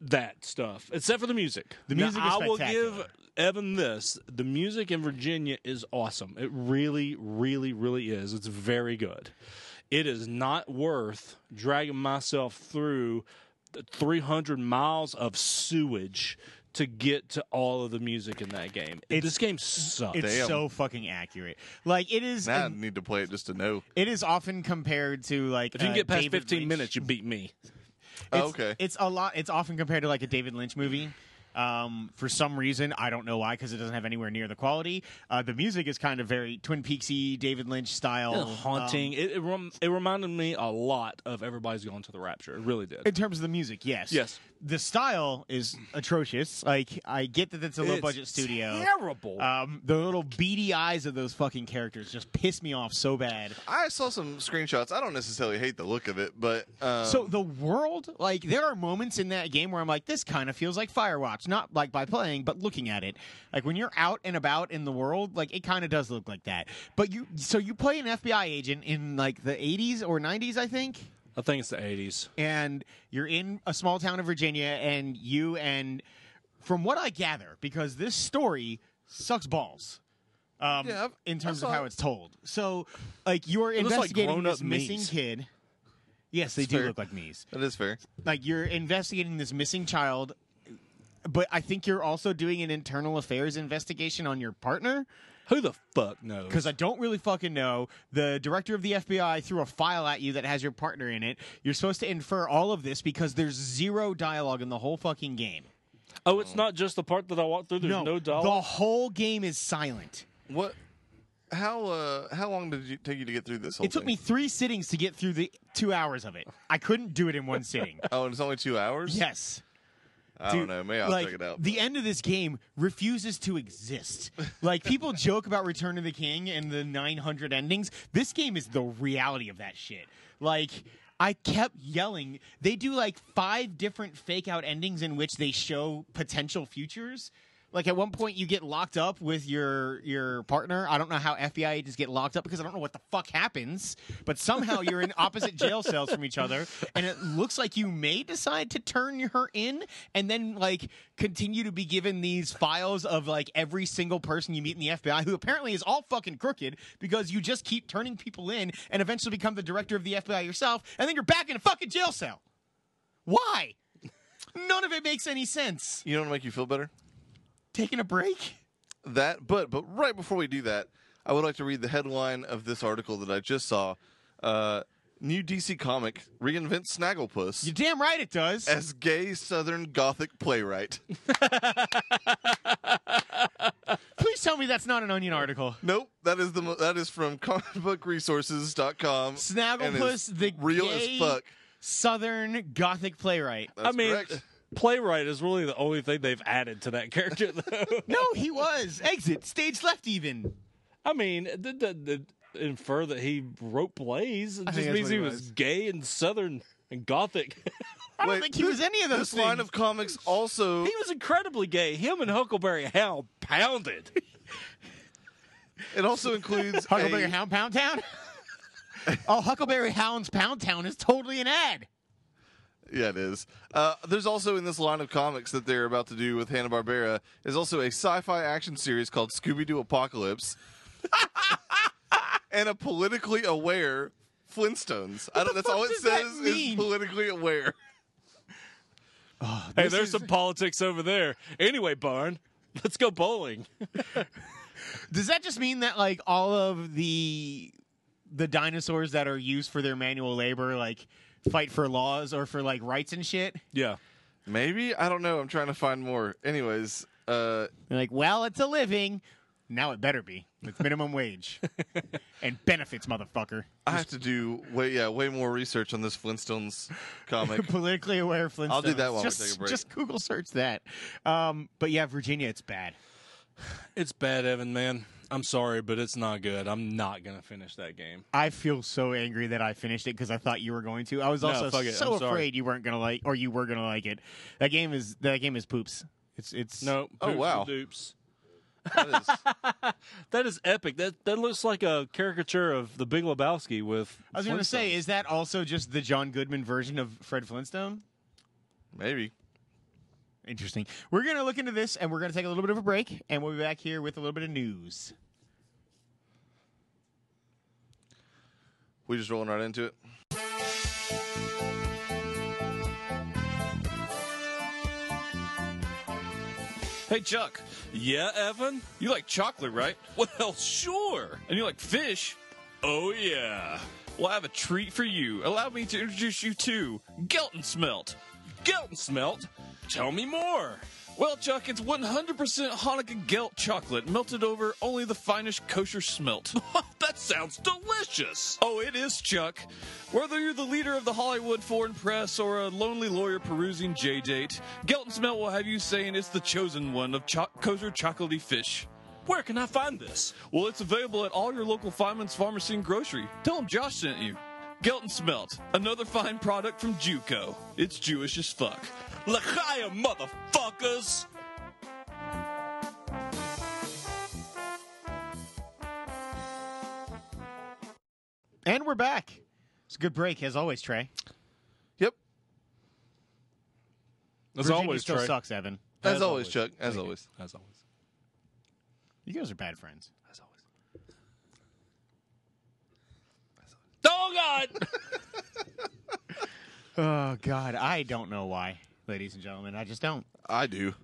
C: that stuff except for the music the
A: music is
C: i will give
A: spectacular.
C: evan this the music in virginia is awesome it really really really is it's very good it is not worth dragging myself through the 300 miles of sewage to get to all of the music in that game this game sucks
A: It's
B: Damn.
A: so fucking accurate. Like it is.
B: Now I
A: an-
B: need to play it just to know.
A: It is often compared to like
C: if you
A: uh,
C: can get past
A: David
C: 15
A: Lynch-
C: minutes you beat me
B: Oh,
A: it's-
B: okay.
A: it's a lot. It's often compared to like a David Lynch movie. Um, for some reason, I don't know why, because it doesn't have anywhere near the quality. Uh, the music is kind of very Twin Peaksy, David Lynch style, Uh,
C: haunting
A: um,
C: it, it, rem- it reminded me a lot of everybody's gone to the rapture it really did
A: In terms of the music, yes,
C: Yes.
A: The style is atrocious. Like I get that it's a low
C: It's
A: budget studio.
C: terrible
A: Um, the little beady eyes of those fucking characters just piss me off so bad.
B: I saw some screenshots. I don't necessarily hate the look of it, but um,
A: So the world, like there are moments in that game where I'm like, this kind of feels like Firewatch, not like by playing, but looking at it. Like when you're out and about in the world, like it kind of does look like that. But you, so you play an FBI agent in like the 80s or 90s, I think,
C: i think it's the 80s
A: and you're in a small town of Virginia, and you and from what I gather, because this story sucks balls. um,
B: Yeah, I've-
A: in
B: I
A: terms of
B: saw
A: how
B: it.
A: it's told. So, like, you're
C: looks like
A: investigating
C: grown-up
A: this missing
C: me's.
A: kid. Yes, they
B: That's
A: do
B: fair.
A: look like me's.
B: That is fair.
A: Like, you're investigating this missing child, but I think you're also doing an internal affairs investigation on your partner
C: Who the fuck knows?
A: because I don't really fucking know. The director of the FBI threw a file at you that has your partner in it. You're supposed to infer all of this because there's zero dialogue in the whole fucking game.
C: oh, it's not just the part that I walked through. There's no,
A: the
C: dialogue.
A: whole game is silent.
B: What? How uh how long did it take you to get through this whole
A: It took
B: thing?
A: me three sittings to get through the two hours of it. I couldn't do it in one sitting.
B: Oh, and it's only two hours.
A: Yes.
B: I
A: Dude,
B: don't know. Maybe I'll
A: like,
B: check it out.
A: The end of this game refuses to
B: [LAUGHS]
A: exist. Like people joke about Return of the King and the 900 endings. This game is the reality of that shit. Like I kept yelling. They do like five different fake out endings in which they show potential futures. Like at one point you get locked up with your your partner. I don't know how FBI agents get locked up because I don't know what the fuck happens. But somehow you're in opposite jail cells from each other, and it looks like you may decide to turn her in, and then like continue to be given these files of like every single person you meet in the FBI, who apparently is all fucking crooked because you just keep turning people in and eventually become the director of the FBI yourself, and then you're back in a fucking jail cell. Why? None of it makes any sense.
B: you know what make you feel better?
A: Taking a break.
B: that but but right before we do that i would like to read the headline of this article that i just saw uh new dc comic reinvents snagglepuss
A: You're damn right it does.
B: as gay southern gothic [LAUGHS] playwright
A: Please tell me that's not an onion article.
B: nope that is the mo- that is from comicbookresources.com and it's
A: Snagglepuss, the
B: real
A: gay
B: as fuck
A: Southern Gothic playwright.
B: That's
C: I
B: [LAUGHS]
C: mean,
B: correct.
C: playwright is really the only thing they've added to that [LAUGHS] character, though.
A: No, he was exit stage left even.
C: I mean, the, the, the infer that he wrote plays it
A: think
C: just
A: that's
C: means
A: what
C: he
A: he
C: was.
A: was.
C: gay and southern and gothic. [LAUGHS]
A: I don't
B: Wait,
A: think he was any of those
B: this line
A: things.
B: of comics also
C: he was incredibly gay. Him and Huckleberry Hound [LAUGHS] pounded.
B: it also [LAUGHS] includes
A: Huckleberry
B: a-
A: Hound Pound Town. [LAUGHS] oh, Huckleberry Hound's Pound Town is totally an ad.
B: Yeah, it is. Uh, there's also in this line of comics that they're about to do with Hanna Barbera is also a sci-fi action series called Scooby Doo Apocalypse, and a politically aware Flintstones. I don't.
A: the
B: That's all
A: fuck
B: it
A: does that
B: says is
A: mean?
B: politically aware.
C: hey,
A: This
C: there's
A: is-
C: some politics over there. Anyway, Barn, let's go bowling.
A: Does that just mean that like all of the the dinosaurs that are used for their manual labor like fight for laws or for like rights and shit?
C: Yeah.
B: Maybe I don't know. I'm trying to find more. Anyways, uh,
A: They're like, well, it's a living. Now it better be. It's minimum [LAUGHS] wage and benefits, motherfucker.
B: I have to do way yeah way more research on this Flintstones
A: [LAUGHS]
B: comic.
A: Politically aware Flintstones.
B: I'll do that while we
A: just,
B: take a break.
A: Just Google search that. Um, but yeah, Virginia, it's bad.
C: It's bad, Evan, man. I'm sorry, but it's not good. I'm not going to finish that game.
A: I feel so angry that I finished it because I thought you were going to. I was
C: No,
A: also
C: fuck it.
A: so
C: I'm sorry.
A: afraid you weren't gonna like, or you were gonna like it. That game is that game is poops. It's it's
C: No.
B: Oh,
C: poops and
B: wow.
C: Dupes.
B: That is-
C: That is epic. That that looks like a caricature of the Big Lebowski with.
A: I was gonna say,
C: Flintstones.
A: is that also just the John Goodman version of Fred Flintstone?
B: maybe.
A: Interesting. We're gonna look into this, and we're gonna take a little bit of a break, and we'll be back here with a little bit of news.
B: We just rolling right into it.
D: Hey, Chuck,
C: Yeah, Evan.
D: you like chocolate, right?
C: Well, sure.
D: And you like fish?
C: Oh yeah.
D: Well, I have a treat for you. Allow me to introduce you to Geltensmelt. Geltensmelt?
C: Tell me more.
D: Well, Chuck, it's 100% Hanukkah Gelt chocolate melted over only the finest kosher smelt. [LAUGHS]
C: that sounds delicious.
D: Oh, it is, Chuck. Whether you're the leader of the Hollywood Foreign Press or a lonely lawyer perusing J Date, Gelton Smelt will have you saying it's the chosen one of cho- kosher chocolatey fish.
C: Where can I find this?
D: Well, it's available at all your local Feynman's Pharmacy and Grocery. Tell them Josh sent you. Gelton Smelt, another fine product from Juco. It's Jewish as fuck.
C: Lachia, motherfuckers.
A: And we're back. It's a good break, as always, Trey.
B: Yep.
C: As
A: Virginia
C: always,
A: still
C: Trey.
A: sucks, Evan.
B: As, always, Chuck. As
C: Thank you.
B: always.
C: As always.
A: You guys are bad friends.
C: As always. God.
A: [LAUGHS]
C: [LAUGHS]
A: Oh God, I don't know why, ladies and gentlemen. I just don't.
B: I do,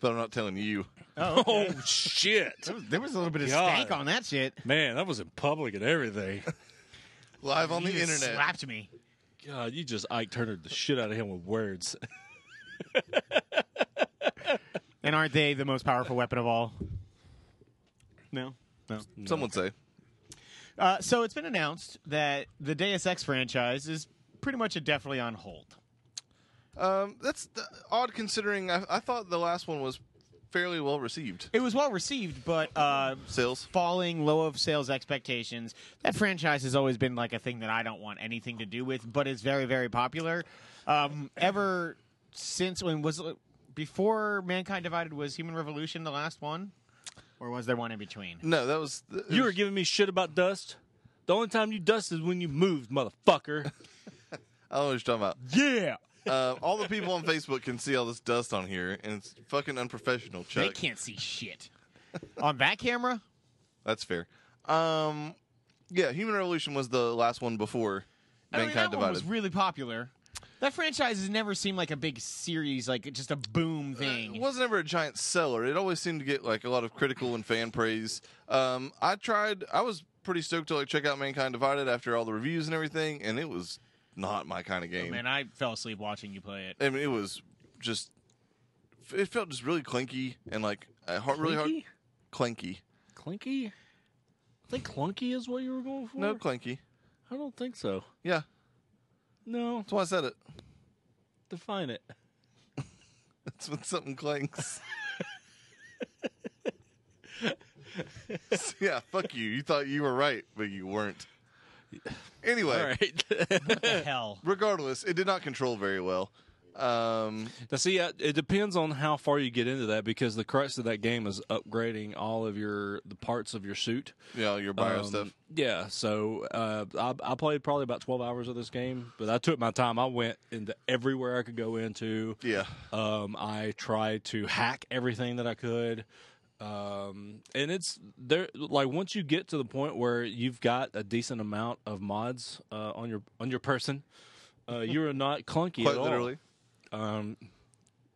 B: but I'm not telling you.
C: [LAUGHS]
A: Oh,
C: Oh
A: okay.
C: shit.
A: There was- there was a little bit of
C: God.
A: stank on that shit.
C: [LAUGHS] Man, that was in public and everything.
B: Live on the
A: You just
B: internet.
A: slapped me.
C: God, you just Ike Turner the shit out of him with words.
A: And aren't they the most powerful weapon of all? No, no.
B: Some would say.
A: Uh, so it's been announced that the Deus Ex franchise is pretty much definitely on hold.
B: Um, that's th- odd considering I, I thought the last one was fairly well received.
A: It was well received, but uh,
B: Sales.
A: falling low of sales expectations. That franchise has always been like a thing that I don't want anything to do with, but it's very, very popular. Um, ever since when was it- before Mankind Divided was Human Revolution the last one, or was there one in between?
B: No, that was. th- it
C: [LAUGHS] You were
B: was-
C: giving me shit about dust. The only time you dust is when you moved, motherfucker.
B: I don't know what you're talking
C: yeah.
B: about. Uh, all the people on Facebook can see all this dust on here, and it's fucking unprofessional, Chuck.
A: They can't see shit on that camera.
B: That's fair. Um, yeah, Human Revolution was the last one before
A: I mean,
B: Mankind
A: that one
B: Divided.
A: was really popular. That franchise has never seemed like a big series, like just a boom
B: it
A: thing.
B: wasn't ever a giant seller. It always seemed to get like a lot of critical and fan praise. Um, I tried. I was pretty stoked to like check out Mankind Divided after all the reviews and everything, and it was not my kind of game.
A: Man, I fell asleep watching you play it.
B: I mean, it was just. It felt just really clinky and like uh, hard, really hard. Clanky.
C: Clinky? I think clunky is what you were going for.
B: No, clanky.
C: I don't think so.
B: Yeah,
C: No,
B: that's why I said it. [LAUGHS]
C: define it.
B: That's when something clanks. [LAUGHS] yeah, fuck you. You thought you were right, but you weren't. Anyway,
C: All right. [LAUGHS]
A: What the hell?
B: regardless, it did not control very well. Um,
C: now, see, uh, it depends on how far you get into that because the crux of that game is upgrading all of your the parts of your suit.
B: you know, your bio
C: Um,
B: stuff.
C: Yeah, so uh, I, I played probably about twelve hours of this game, but I took my time. I went into everywhere I could go into.
B: Yeah.
C: Um, I tried to hack everything that I could. Um, and it's there like once you get to the point where you've got a decent amount of mods uh, on your on your person, uh, you're not clunky
B: Quite
C: at all.
B: literally.
C: Um,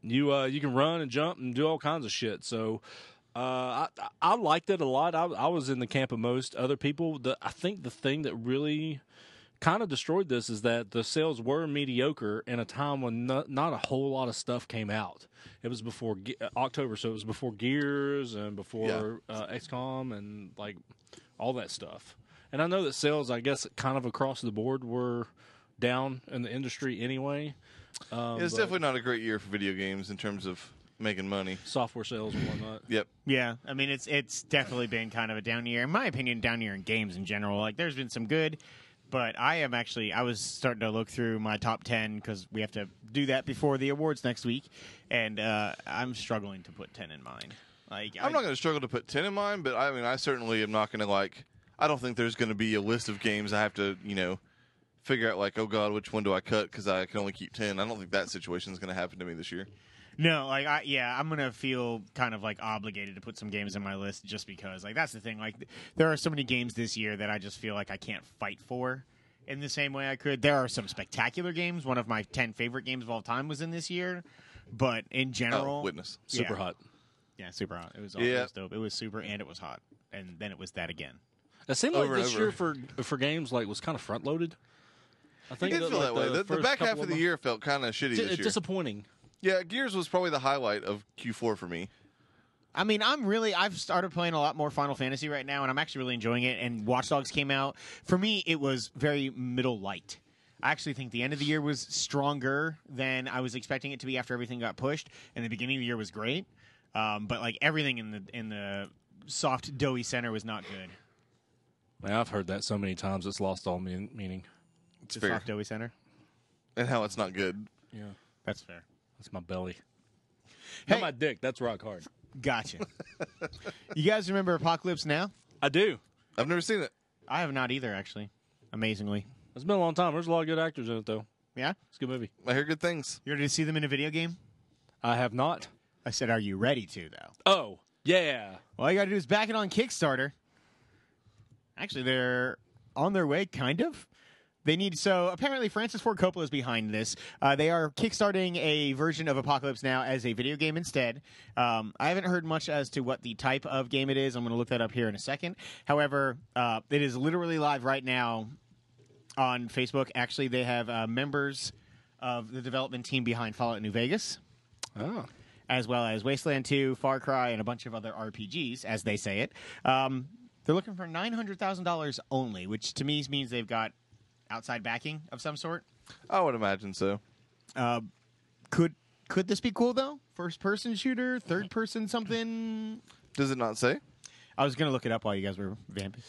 C: you uh, you can run and jump and do all kinds of shit. So uh, I I liked it a lot. I, I was in the camp of most other people. The, I think the thing that really kind of destroyed this is that the sales were mediocre in a time when not, not a whole lot of stuff came out. It was before Ge- uh, October, so it was before Gears and before uh, XCOM and like all that stuff. And I know that sales, I guess, kind of across the board were down in the industry anyway. Um,
B: It's
C: but-
B: definitely not a great year for video games in terms of making money.
C: software sales and whatnot.
B: Yep.
A: Yeah, I mean it's it's definitely been kind of a down year, in my opinion. Down year in games in general. Like there's been some good, but I am actually I was starting to look through my top ten because we have to do that before the awards next week, and uh, I'm struggling to put ten in mind. Like
B: I'm not going to struggle to put 10 in mine, but I mean, I certainly am not going to like. I don't think there's going to be a list of games I have to, you know, figure out like, oh God, which one do I cut because I can only keep 10. I don't think that situation is going to happen to me this year.
A: No, like I yeah, I'm gonna feel kind of like obligated to put some games in my list just because like that's the thing. Like th- there are so many games this year that I just feel like I can't fight for in the same way I could. There are some spectacular games. One of my ten favorite games of all time was in this year. But in general
B: Oh, witness.
C: Super
A: Yeah.
C: hot.
A: Yeah, super hot. It was all
B: Yeah.
A: it was dope. It was super and it was hot. And then it was that again.
C: It seemed
B: Over
C: like
B: and
C: this
B: over.
C: year for [LAUGHS] for games like was kind of front loaded. I
B: It
C: think
B: did feel
C: like,
B: that way. The, the
C: first
B: back
C: couple
B: half of the year felt kind of shitty
C: di-
B: this year.
C: disappointing.
B: Yeah, Gears was probably the highlight of Q4 for me.
A: I mean, I'm really. I've started playing a lot more Final Fantasy right now, and I'm actually really enjoying it. And Watch Dogs came out. For me, it was very middle light. I actually think the end of the year was stronger than I was expecting it to be after everything got pushed, and the beginning of the year was great. Um, but like everything in the in the soft doughy center was not good.
C: Man, I've heard that so many times it's lost all mean, meaning.
B: It's
A: The
B: fair.
A: soft doughy center.
B: And how it's not good.
C: Yeah,
A: That's fair.
C: that's my belly. Not
A: Hey.
C: my dick. That's rock hard.
A: Gotcha. [LAUGHS] you guys remember Apocalypse Now?
C: I do.
B: I've never seen it.
A: I have not either, actually. Amazingly.
C: It's been a long time. There's a lot of good actors in it though.
A: Yeah.
C: It's a good movie.
B: I hear good things.
A: You ready to see them in a video game?
C: I have not.
A: I said, are you ready to though?
C: Oh yeah.
A: All you got to do is back it on Kickstarter. Actually, they're on their way, kind of. They need so apparently Francis Ford Coppola is behind this. Uh, they are kickstarting a version of Apocalypse Now as a video game instead. Um, I haven't heard much as to what the type of game it is. I'm going to look that up here in a second. However, uh, it is literally live right now on Facebook. Actually, they have uh, members of the development team behind Fallout New Vegas
C: Oh.
A: as well as Wasteland 2, Far Cry, and a bunch of other RPGs, as they say it. Um, they're looking for $900,000 only, which to me means they've got outside backing of some sort.
B: I would imagine so.
A: Could could this be cool though? First person shooter, third person something.
B: Does it not say?
A: I was going to look it up while you guys were vamping.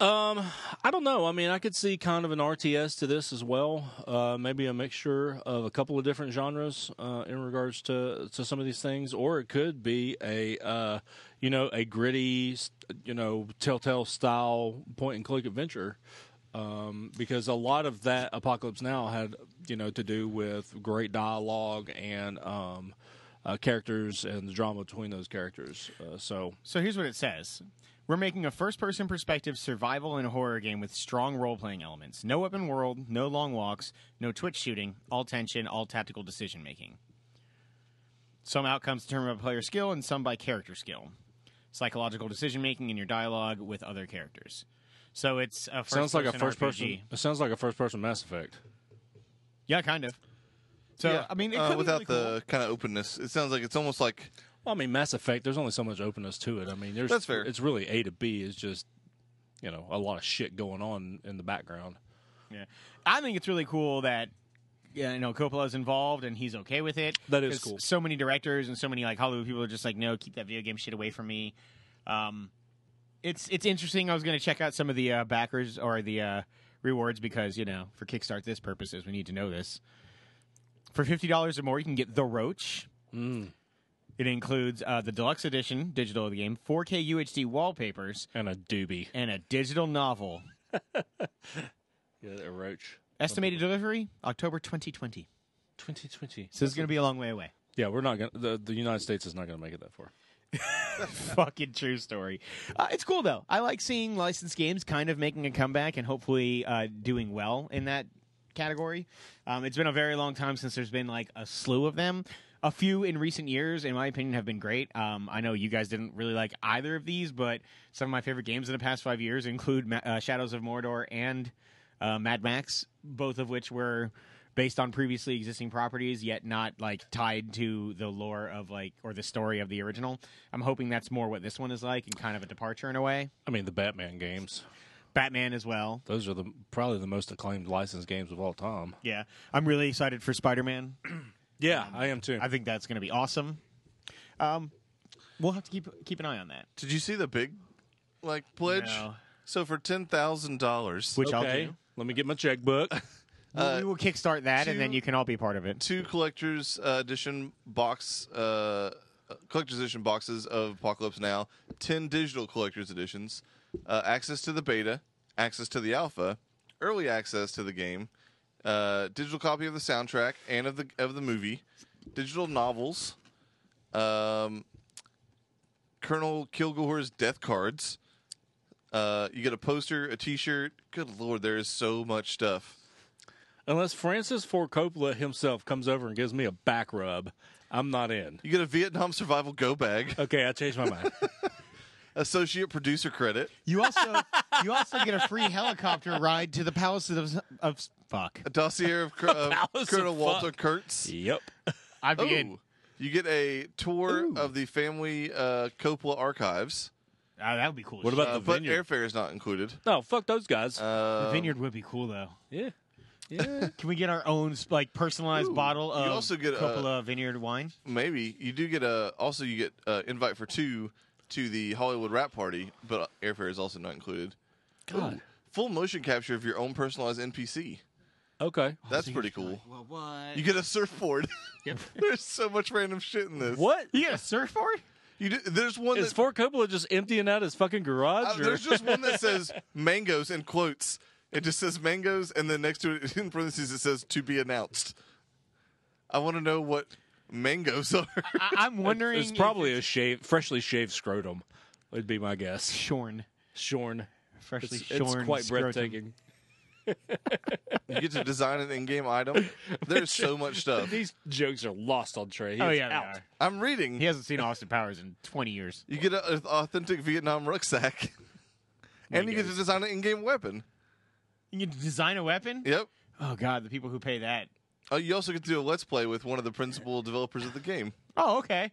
C: I don't know. I mean, I could see kind of an RTS to this as well. Uh, maybe a mixture of a couple of different genres uh, in regards to to some of these things, or it could be a uh, you know a gritty s- you know Telltale style point and click adventure. Um, because a lot of that Apocalypse Now had you know to do with great dialogue and um, uh, characters and the drama between those characters. Uh, so
A: So here's what it says. We're making a first person perspective survival and horror game with strong role playing elements. No open world, no long walks, no twitch shooting, all tension, all tactical decision making. Some outcomes determined by player skill and some by character skill. Psychological decision making in your dialogue with other characters. So it's a first
C: sounds like a
A: person
C: first
A: RPG.
C: person. It sounds like a first person Mass Effect.
A: Yeah, kind of. So
B: Yeah.
A: I mean it
B: Uh,
A: could be
B: without
A: really cool.
B: the kind of openness, it sounds like it's almost like
C: Well, I mean, Mass Effect. There's only so much openness to it. I mean, there's
B: That's fair.
C: It's really A to B is just you know a lot of shit going on in the background.
A: Yeah. I think it's really cool that yeah, you know Coppola's involved and he's okay with it.
C: That is
A: 'Cause
C: cool.
A: So many directors and so many like Hollywood people are just like, no, keep that video game shit away from me. Um, it's it's interesting. I was going to check out some of the uh, backers or the uh, rewards because you know for Kickstart this purposes we need to know this. For fifty dollars or more, you can get the Roach.
C: Mm.
A: It includes uh, the deluxe edition, digital of the game, 4K UHD wallpapers,
C: And a doobie.
A: and a digital novel.
C: Yeah, a roach.
A: Estimated delivery October 2020.
C: 2020.
A: So this is going to be a long way away. [LAUGHS]
C: Yeah, we're not gonna. The, the United States is not gonna make it that far.
A: Fucking true story. Uh, it's cool though. I like seeing licensed games kind of making a comeback and hopefully uh, doing well in that category. Um, it's been a very long time since there's been like a slew of them. A few in recent years, in my opinion, have been great. Um, I know you guys didn't really like either of these, but some of my favorite games in the past five years include Ma- uh, Shadows of Mordor and uh, Mad Max, both of which were based on previously existing properties, yet not like tied to the lore of like or the story of the original. I'm hoping that's more what this one is like and kind of a departure in a way.
C: I mean, the Batman games.
A: Batman as well.
C: Those are the probably the most acclaimed licensed games of all time.
A: Yeah, I'm really excited for Spider Man.
C: Yeah, Mm-hmm. I am too.
A: I think that's going to be awesome. Um, we'll have to keep keep an eye on that.
B: Did you see the big like pledge?
A: No.
B: So for ten thousand dollars,
A: Which I'll
C: okay,
A: do.
C: let me get my checkbook. [LAUGHS]
A: we will kickstart that, and then
B: two-
A: you can all be part of it.
B: two collectors uh, edition box, uh, collectors edition boxes of Apocalypse Now, ten digital collectors editions, uh, access to the beta, access to the alpha, early access to the game, uh, digital copy of the soundtrack and of the of the movie, digital novels, um, Colonel Kilgore's death cards. Uh, you get a poster, a T-shirt. Good lord, there is so much stuff.
C: Unless Francis Ford Coppola himself comes over and gives me a back rub, I'm not in.
B: You get a Vietnam survival go bag.
C: Okay, I changed my [LAUGHS] mind.
B: associate producer credit,
A: You also you also get a free helicopter ride to the Palace of of fuck.
B: a dossier of,
C: [LAUGHS]
B: Cr- of
C: Palace of
B: Colonel Walter
C: Fuck.
B: Kurtz.
C: yep.
A: I'd be in.
B: Ooh. You get a tour of the family uh, Coppola archives,
A: Oh, that would be cool.
C: What
A: as
C: about
B: uh,
C: the
B: but
C: vineyard?
B: airfare is not included.
C: No, fuck those guys.
A: shit.
B: Uh,
A: the vineyard? Would be cool though.
B: [LAUGHS]
C: yeah. Yeah.
A: Can we get our own like personalized
B: Ooh.
A: bottle
B: You
A: of
B: also get, uh,
A: Coppola vineyard wine?
B: maybe you do get a. Also, you get uh, invite for two to the Hollywood rap party, but airfare is also not included.
C: God.
B: Full motion capture of your own personalized NPC. [LAUGHS]
C: Okay.
B: That's pretty cool.
A: Well, what?
B: You get a surfboard. [LAUGHS] There's so much random shit in this.
C: What?
A: You got a surfboard?
B: You do, there's one
C: Is
B: that's
C: Ford Coppola just emptying out his fucking garage?
B: Uh,
C: or-
B: there's just one that [LAUGHS] says mangoes in quotes. It just says mangoes, and then next to it [LAUGHS] in parentheses it says to be announced. I want to know what mangoes are.
A: I- I'm wondering.
C: it's probably a shave, freshly shaved scrotum. Would be my guess.
A: shorn,
C: Shorn.
A: freshly
C: It's,
A: shorn.
C: it's quite
A: scrotum.
C: breathtaking.
B: You get to design an in-game item. There's so much stuff.
C: These jokes are lost on Trey. He
A: oh
C: is
A: yeah, they
C: out.
A: are.
B: I'm reading.
A: he hasn't seen Austin Powers in twenty years.
B: You get a- an authentic Vietnam rucksack, and you get to design an in-game weapon.
A: You can design a weapon.
B: Yep.
A: Oh god, the people who pay that.
B: Oh, you also get to do a let's play with one of the principal developers of the game,
A: Oh okay.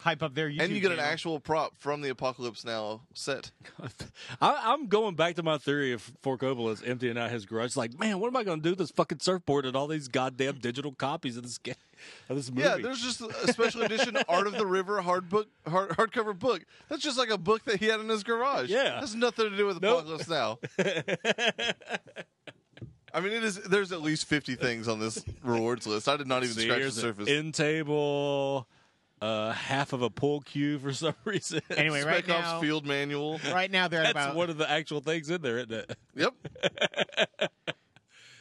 A: Hype up their YouTube.
B: and you get an
A: channel.
B: actual prop from the Apocalypse Now set.
C: [LAUGHS] I, I'm going back to my theory of Fort Coppola's emptying out his garage. Like, man, what am I going to do with this fucking surfboard and all these goddamn digital copies of this game, of this movie?
B: Yeah, there's just a special edition Art of the River hard book, hard, hardcover book. That's just like a book that he had in his garage.
C: Yeah.
B: that's nothing to do with
C: Nope.
B: Apocalypse
C: [LAUGHS]
B: Now. I mean, it is. There's at least 50 things on this rewards list. I did not even
C: See,
B: scratch the
C: here's an
B: surface.
C: End table, uh, half of a pool cue for [LAUGHS] some reason.
A: Anyway,
B: Spec
A: right
B: Ops
A: now,
B: Field Manual.
A: right now they're at
C: that's
A: about.
C: one of the actual things in there, isn't it?
B: Yep.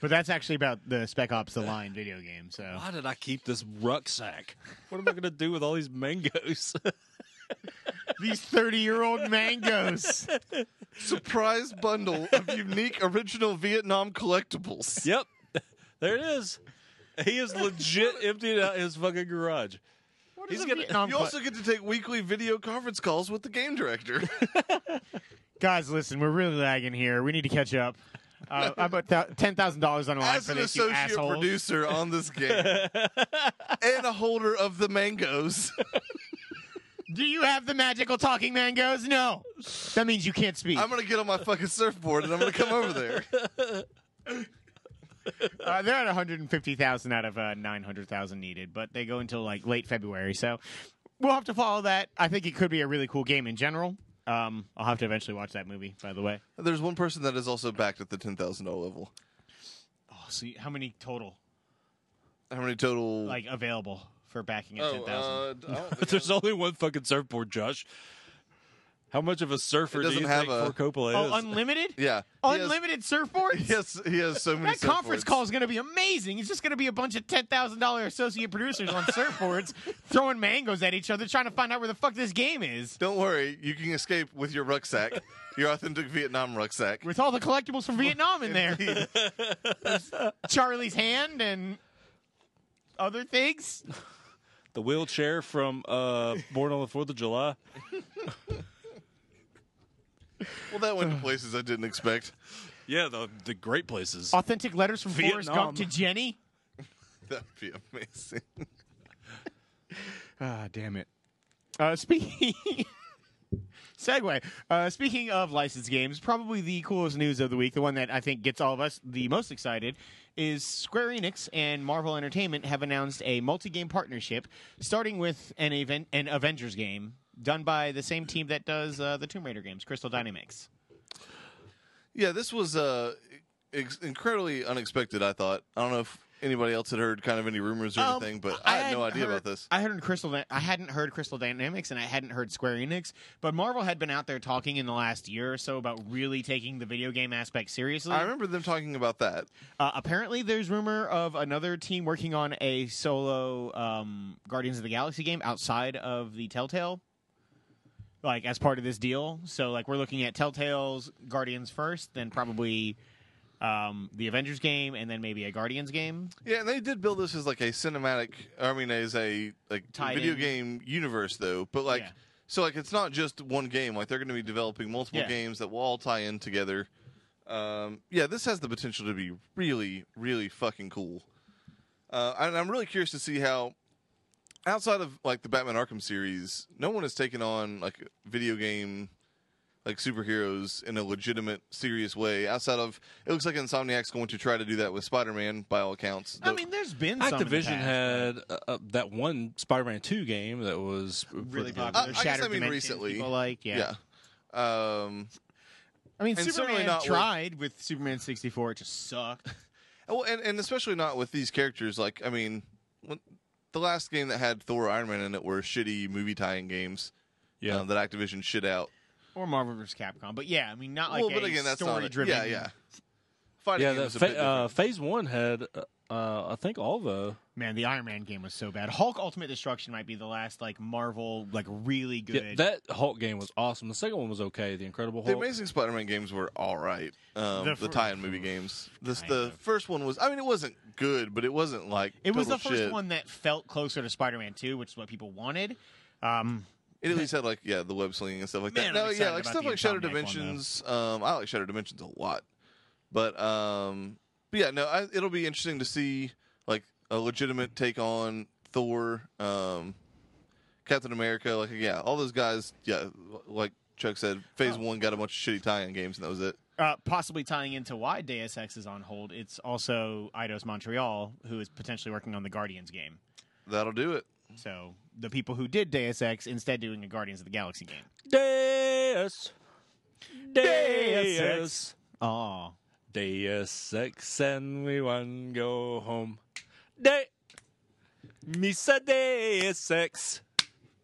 A: but that's actually about the Spec Ops: The Line video game. So
C: Why did I keep this rucksack? What am I going to do with all these mangoes? [LAUGHS]
A: these
B: [LAUGHS]
A: thirty-year-old mangoes.
B: Surprise bundle of unique original Vietnam collectibles.
C: yep, there it is. He
A: [LAUGHS]
C: is legit emptying out his fucking
B: [LAUGHS]
C: garage.
A: What
C: He's
A: is a
C: gonna-
A: Vietnam
B: You
A: pla-
B: also get to take weekly video conference calls with the game director.
A: Guys, listen, we're really lagging here. We need to catch up.
B: [LAUGHS]
A: Uh, I put th- ten thousand dollars on the line
B: as
A: for
B: an
A: this, you
B: associate
A: assholes.
B: producer on
A: [LAUGHS]
B: this game and a holder of the
A: [LAUGHS]
B: mangoes.
A: Do you have the magical talking mangoes? No. That means you can't speak.
B: I'm gonna get on my fucking surfboard and I'm gonna come over there.
A: Uh, they're at 150,000 out of uh, 900,000 needed, but they go until like late February. So we'll have to follow that. I think it could be a really cool game in general. Um, I'll have to eventually watch that movie, by the way.
B: There's one person that is also backed at the ten thousand dollar level.
A: Oh, so how many total
B: How many total?
A: like available for backing at
B: oh,
A: 10,000?
B: uh, d- I [LAUGHS] don't think
C: There's only one fucking surfboard, Josh. How much of a
B: It
C: surfer do
B: doesn't
C: you
B: have
C: think
B: a-
C: Fort Coppola is?
A: oh, unlimited?
B: I- yeah, He has-
A: Unlimited surfboards?
B: [LAUGHS] He has, he has so many.
A: That conference
B: surfboards.
A: call is going to be amazing. It's just going to be a bunch of ten thousand dollar associate producers on surfboards throwing mangoes at each other, trying to find out where the fuck this game is.
B: Don't worry, you can escape with your rucksack, your authentic Vietnam rucksack.
A: With all the collectibles from Vietnam in there, There's Charlie's hand and other things.
C: the wheelchair from uh, Born on the Fourth of July.
B: Well,
A: [SIGHS]
B: that went to places I didn't expect.
C: Yeah, the the great places.
A: Authentic letters from Forrest
C: Vietnam.
A: Gump to Jenny.
B: That'd be amazing.
A: Ah, damn it. Uh, speaking. [LAUGHS] Segue. Uh, speaking of licensed games, probably the coolest news of the week, the one that I think gets all of us the most excited, is Square Enix and Marvel Entertainment have announced a multi-game partnership, starting with an event, an Avengers game done by the same team that does uh, the Tomb Raider games, Crystal Dynamics.
B: Yeah, this was uh, ex- incredibly unexpected. I thought. I don't know if anybody else had heard kind of any rumors or
A: Um,
B: anything, but I, had no
A: hadn't
B: idea
A: heard-
B: about this.
A: I heard Crystal. Dy- I hadn't heard Crystal Dynamics, and I hadn't heard Square Enix. But Marvel had been out there talking in the last year or so about really taking the video game aspect seriously.
B: I remember them talking about that.
A: Uh, apparently, there's rumor of another team working on a solo um, Guardians of the Galaxy game outside of the Telltale, like as part of this deal. So, like, we're looking at Telltale's Guardians first, then probably um, the Avengers game, and then maybe a Guardians game.
B: Yeah, and they did build this as like a cinematic. I mean, as a like
A: Tied
B: video
A: in.
B: game universe, though. But like,
A: Yeah.
B: so like, it's not just one game. Like, they're going to be developing multiple
A: Yeah.
B: games that will all tie in together. Um, yeah, this has the potential to be really, really fucking cool. Uh, and I'm really curious to see how, outside of like the Batman Arkham series, no one has taken on like video game, like superheroes in a legitimate, serious way. Outside of it looks like Insomniac's going to try to do that with Spider-Man, by all accounts.
A: I
B: Though-
A: mean, there's been some in the
C: Activision
A: past.
C: had uh, uh, that one Spider-Man Two game that was
A: really
C: pretty good.
A: popular.
B: I guess I
A: Shattered
B: mean
A: Dimensions,
B: recently.
A: people like yeah.
B: yeah. Um,
A: I mean,
B: And certainly
A: Superman
B: not with-
A: tried with Superman 64; it just sucked.
B: well, and, and especially not with these characters. Like, I mean, when, the last game that had Thor Iron Man in it were shitty movie tie-in games
C: Yeah.
B: uh, that Activision shit out.
A: Or Marvel vs. Capcom, but yeah, I mean, not like
B: well, but
A: a
B: again, that's not it.
A: story-driven.
B: Yeah, yeah. Fighting
C: yeah,
B: game
C: that
B: was a
C: fa-
B: bit
C: uh,
B: different.
C: Phase One had uh, Uh, I think all the
A: Man, the Iron Man game was so bad. Hulk Ultimate Destruction might be the last like Marvel like really good.
C: yeah, that Hulk game was awesome. The second one was okay. The Incredible
B: The
C: Hulk.
B: Amazing Spider-Man games were all right. Um,
A: The
B: the
A: fir-
B: tie-in movie games. This
A: I
B: the
A: know.
B: first one was. I mean, it wasn't good, but it wasn't like
A: it was the
B: total
A: first
B: shit.
A: one that felt closer to Spider-Man 2, which is what people wanted. Um,
B: It at least had like yeah, the web slinging and stuff like
A: Man,
B: that.
A: I'm
B: No,
A: excited
B: yeah, like
A: about
B: stuff
A: the
B: like Shadow
A: Insomniac one, though.
B: Dimensions. um, I like Shadow Dimensions a lot, but um, but yeah, no, I, it'll be interesting to see like a legitimate take on Thor, um, Captain America, like yeah, all those guys. Yeah, like Chuck said, Phase
A: Oh.
B: One got a bunch of shitty tie-in games, and that was it.
A: uh, possibly tying into why Deus Ex is on hold. It's also Eidos Montreal who is potentially working on the Guardians game.
B: That'll do it.
A: So the people who did Deus Ex instead doing a Guardians of the Galaxy game.
C: Deus.
A: Deus
C: Deus.
A: Oh,
C: Deus Ex and we one go home. De Misa Deus Ex.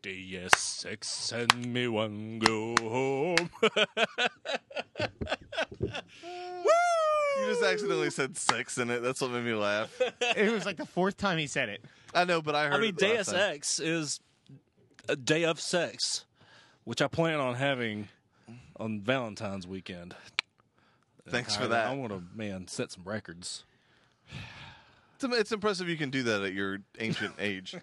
C: Deus Ex and me one go home. [LAUGHS]
B: You just accidentally said sex in it. That's what made me laugh.
A: it was like the fourth time he said it.
B: I know, but I heard.
C: I mean,
B: it the last
C: Deus
B: time.
C: Ex is a day of sex, which I plan on having on Valentine's weekend.
B: Thanks
C: I-
B: for that.
C: I want to, man, set some records.
B: It's, it's impressive you can do that at your ancient
A: [LAUGHS]
B: age.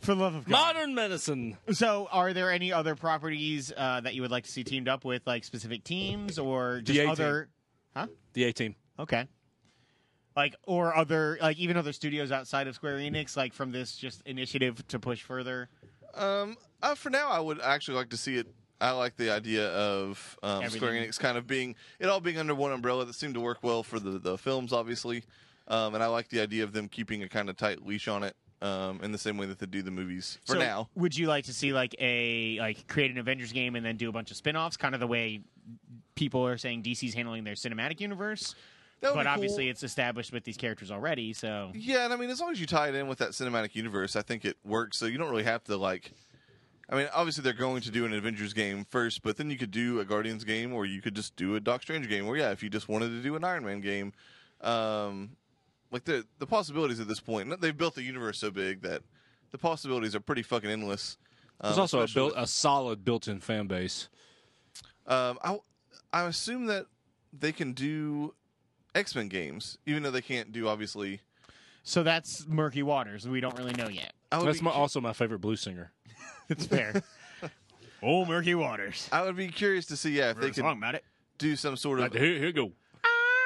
A: For the love of God.
C: Modern medicine.
A: So, are there any other properties uh, that you would like to see teamed up with, like specific teams or just
C: DA team.
A: other? Huh?
C: The 18.
A: Okay. Like or other, like even other studios outside of Square Enix, like from this just initiative to push further.
B: Um, uh, for now, I would actually like to see it. I like the idea of um, Square
A: Everything.
B: Enix kind of being it all being under one umbrella that seemed to work well for the the films, obviously. Um, and I like the idea of them keeping a kind of tight leash on it, um, in the same way that they do the movies for
A: So
B: now.
A: would you like to see like a like create an Avengers game and then do a bunch of spin-offs, kind of the way people are saying DC's handling their cinematic universe?
B: That
A: but
B: would be cool.
A: obviously, it's established with these characters already, so
B: Yeah, and I mean, as long as you tie it in with that cinematic universe, I think it works. So you don't really have to like. I mean, obviously they're going to do an Avengers game first, but then you could do a Guardians game, or you could just do a Doc Strange game, or yeah, if you just wanted to do an Iron Man game, um, like the the possibilities at this point, they've built the universe so big that the possibilities are pretty fucking endless. Um,
C: There's also a,
B: especially
C: built, a solid built-in fan base.
B: um, I I assume that they can do X Men games, even though they can't do obviously.
A: so that's murky waters. We don't really know yet.
B: I would
C: That's
B: be
C: my, also my favorite blues singer.
A: It's fair. [LAUGHS] oh, murky waters.
B: I would be curious to see yeah if they
A: Wrote a
B: could
A: song about it.
B: do some sort of.
C: here, here go.
B: [LAUGHS]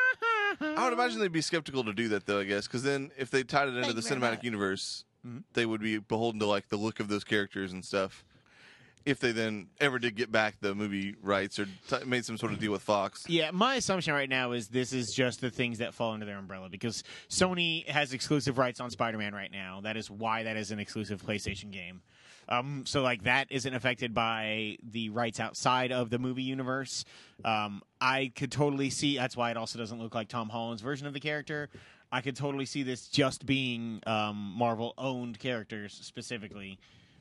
B: I would imagine they'd be skeptical to do that though. I guess because then if they tied it into the cinematic universe, they would be beholden to like the look of those characters and stuff. If they then ever did get back the movie rights or t- made some sort of deal with Fox,
A: Yeah, my assumption right now is this is just the things that fall under their umbrella because Sony has exclusive rights on Spider-Man right now. That is why that is an exclusive PlayStation game. Um, so like that isn't affected by the rights outside of the movie universe. Um, I could totally see that's why it also doesn't look like Tom Holland's version of the character. I could totally see this just being um, Marvel-owned characters specifically,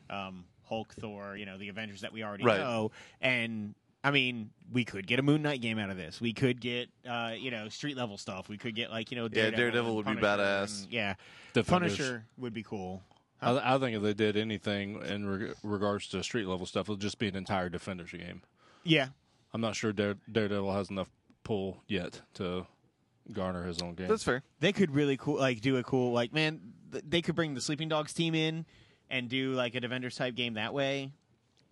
A: um, Hulk, Thor, you know, the Avengers that we already
B: Right.
A: know. Oh, and I mean, we could get a Moon Knight game out of this. We could get, uh, you know, street level stuff. We could get like, you know, Daredevil,
B: Daredevil
A: and
B: would be
A: Punisher
B: badass.
A: and- yeah,
C: The
A: Punisher would be cool.
C: I, I think if they did anything in reg- regards to street level stuff, it'll just be an entire Defenders game.
A: Yeah,
C: I'm not sure Dare, Daredevil has enough pull yet to garner his own game.
B: that's fair.
A: they could really cool, like do a cool, like man, th- they could bring the Sleeping Dogs team in and do like a Defenders type game that way,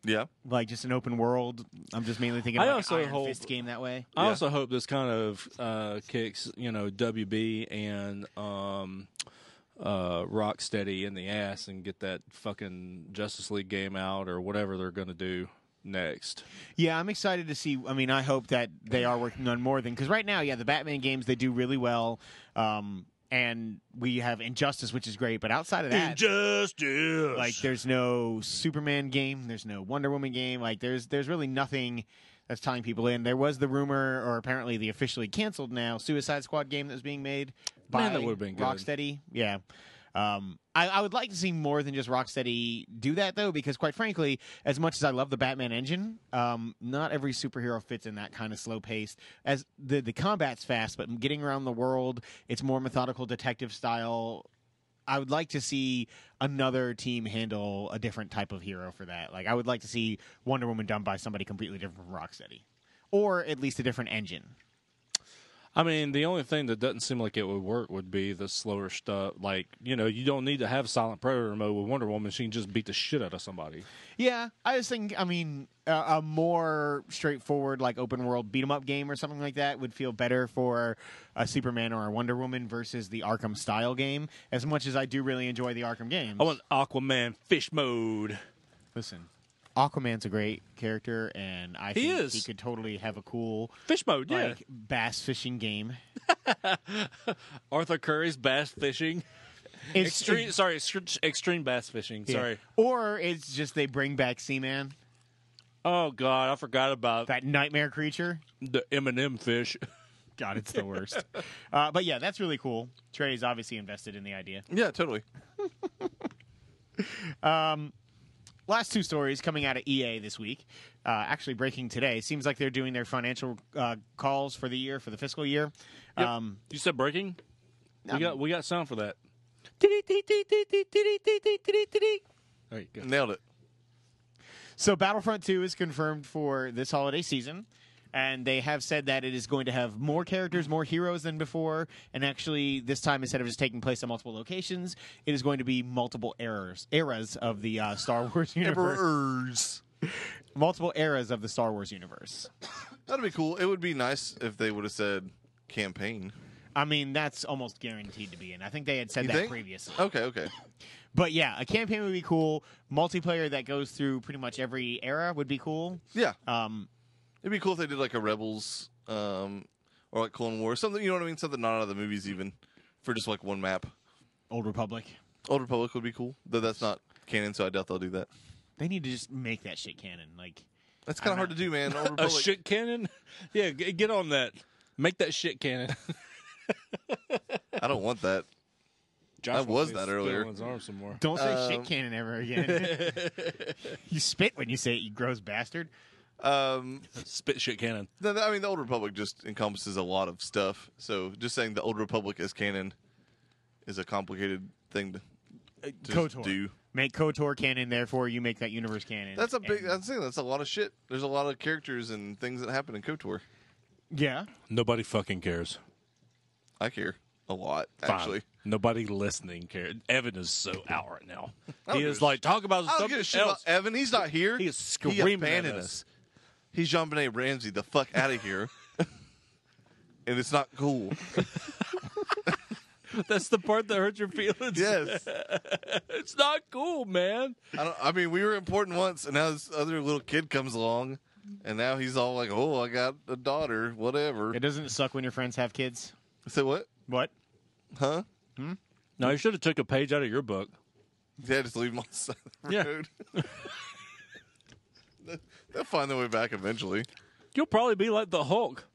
B: Yeah,
A: like just an open world. I'm just mainly thinking
C: I
A: about like,
C: also
A: an Iron
C: hope-
A: Fist game that way.
C: I
B: Yeah.
C: also hope this kind of uh, kicks, you know, WB and um, uh, Rocksteady in the ass and get that fucking Justice League game out or whatever they're going to do next.
A: Yeah, I'm excited to see. I mean, I hope that they are working on more than because right now, yeah, the Batman games they do really well, um, and we have Injustice, which is great. But outside of that,
C: Injustice.
A: like, there's no Superman game, there's no Wonder Woman game. Like, there's there's really nothing that's tying people in. There was the rumor, or apparently the officially canceled now Suicide Squad game that was being made by
C: Man, that would've been good.
A: Rocksteady. Yeah. Um, I, I would like to see more than just Rocksteady do that though, because quite frankly, as much as I love the Batman engine, um, not every superhero fits in that kind of slow pace. As the the combat's fast, but getting around the world, it's more methodical detective style. I would like to see another team handle a different type of hero for that. Like I would like to see Wonder Woman done by somebody completely different from Rocksteady, or at least a different engine.
C: I mean, the only thing that doesn't seem like it would work would be the slower stuff. Like, you know, you don't need to have silent predator mode with Wonder Woman. She can just beat the shit out of somebody.
A: Yeah, I just think I mean a, a more straightforward like open world beat 'em up game or something like that would feel better for a Superman or a Wonder Woman versus the Arkham style game. As much as I do really enjoy the Arkham games,
C: I want Aquaman fish mode.
A: listen. Aquaman's a great character, and I
C: He
A: think
C: is.
A: he could totally have a cool
C: Fish mode, yeah.
A: like bass fishing game.
C: Arthur Curry's bass [LAUGHS] fishing.
A: It's,
C: Extreme, sorry, extre- extreme bass fishing.
A: yeah.
C: Sorry.
A: or it's just they bring back Seaman,
C: Oh God, I forgot about
A: that nightmare creature.
C: the M&M fish. [LAUGHS]
A: God, it's the worst. uh, but yeah, that's really cool. Trey's obviously invested in the idea.
B: Yeah, totally.
A: last two stories coming out of EA this week, uh, actually breaking today. Seems like they're doing their financial uh, calls for the year, for the fiscal year. Um,
C: You said breaking. We got we got sound for that. There you go.
B: Nailed it.
A: so Battlefront 2 is confirmed for this holiday season. And they have said that it is going to have more characters, more heroes than before. And actually, this time, instead of just taking place at multiple locations, it is going to be multiple eras, eras of the uh, Star [LAUGHS] Wars universe.
B: Emperors.
A: Multiple eras of the Star Wars universe.
B: That'd be cool. It would be nice if they would have said campaign.
A: I mean, that's almost guaranteed to be in. I think they had said
B: You
A: that
B: think?
A: previously.
B: Okay, okay.
A: But yeah, a campaign would be cool. Multiplayer that goes through pretty much every era would be cool.
B: Yeah,
A: Um,
B: it'd be cool if they did like a Rebels, um, or like Clone Wars, something. You know what I mean? Something not out of the movies, even for just like one map.
A: Old Republic.
B: Old Republic would be cool, though that's not canon, so I doubt they'll do that.
A: They need to just make that shit canon. Like,
B: That's kind of hard to do, man. Old
C: [LAUGHS] A
B: Republic.
C: shit cannon. [LAUGHS] Yeah, g- get on that. Make that shit cannon.
B: I don't want that. [LAUGHS]
C: Josh
B: I
C: wants
B: was
C: me to
B: that
C: spit
B: earlier.
C: on his arm some more.
A: don't say
B: Um,
A: shit canon
B: [LAUGHS]
A: ever again. you spit when you say it, you gross bastard.
B: Um,
C: Spit shit cannon.
B: No, th- I mean the Old Republic just encompasses a lot of stuff. So just saying the Old Republic is canon is a complicated thing to, to just
A: KOTOR.
B: do.
A: Make KOTOR canon, therefore you make that universe canon.
B: That's a big.
A: And-
B: That's the thing. That's a lot of shit. There's a lot of characters and things that happen in KOTOR.
A: yeah.
C: Nobody fucking cares.
B: I care a lot,
C: Fine.
B: actually.
C: Nobody listening cares. Evan is so out right now.
B: don't
C: He
B: give
C: is
B: a
C: like talk about
B: I don't
C: something
B: give a
C: else.
B: shit about Evan. He's not here.
C: He is screaming at
B: abandoned
C: us.
B: He's Jean Benet Ramsey. The fuck out of
C: [LAUGHS]
B: here. and it's not cool.
C: That's the part that hurts your feelings.
B: Yes.
C: it's not cool, man.
B: I, don't, I mean, we were important once, and now this other little kid comes along, and now he's all like, "Oh, I got a daughter, whatever."
A: It doesn't suck when your friends have kids.
B: So what?
A: What?
B: Huh?
C: No, you should have took a page out of your book.
B: Yeah, just leave him on the side of the
C: Yeah.
B: road. [LAUGHS] They- They'll find their way back eventually.
C: You'll probably be like the Hulk,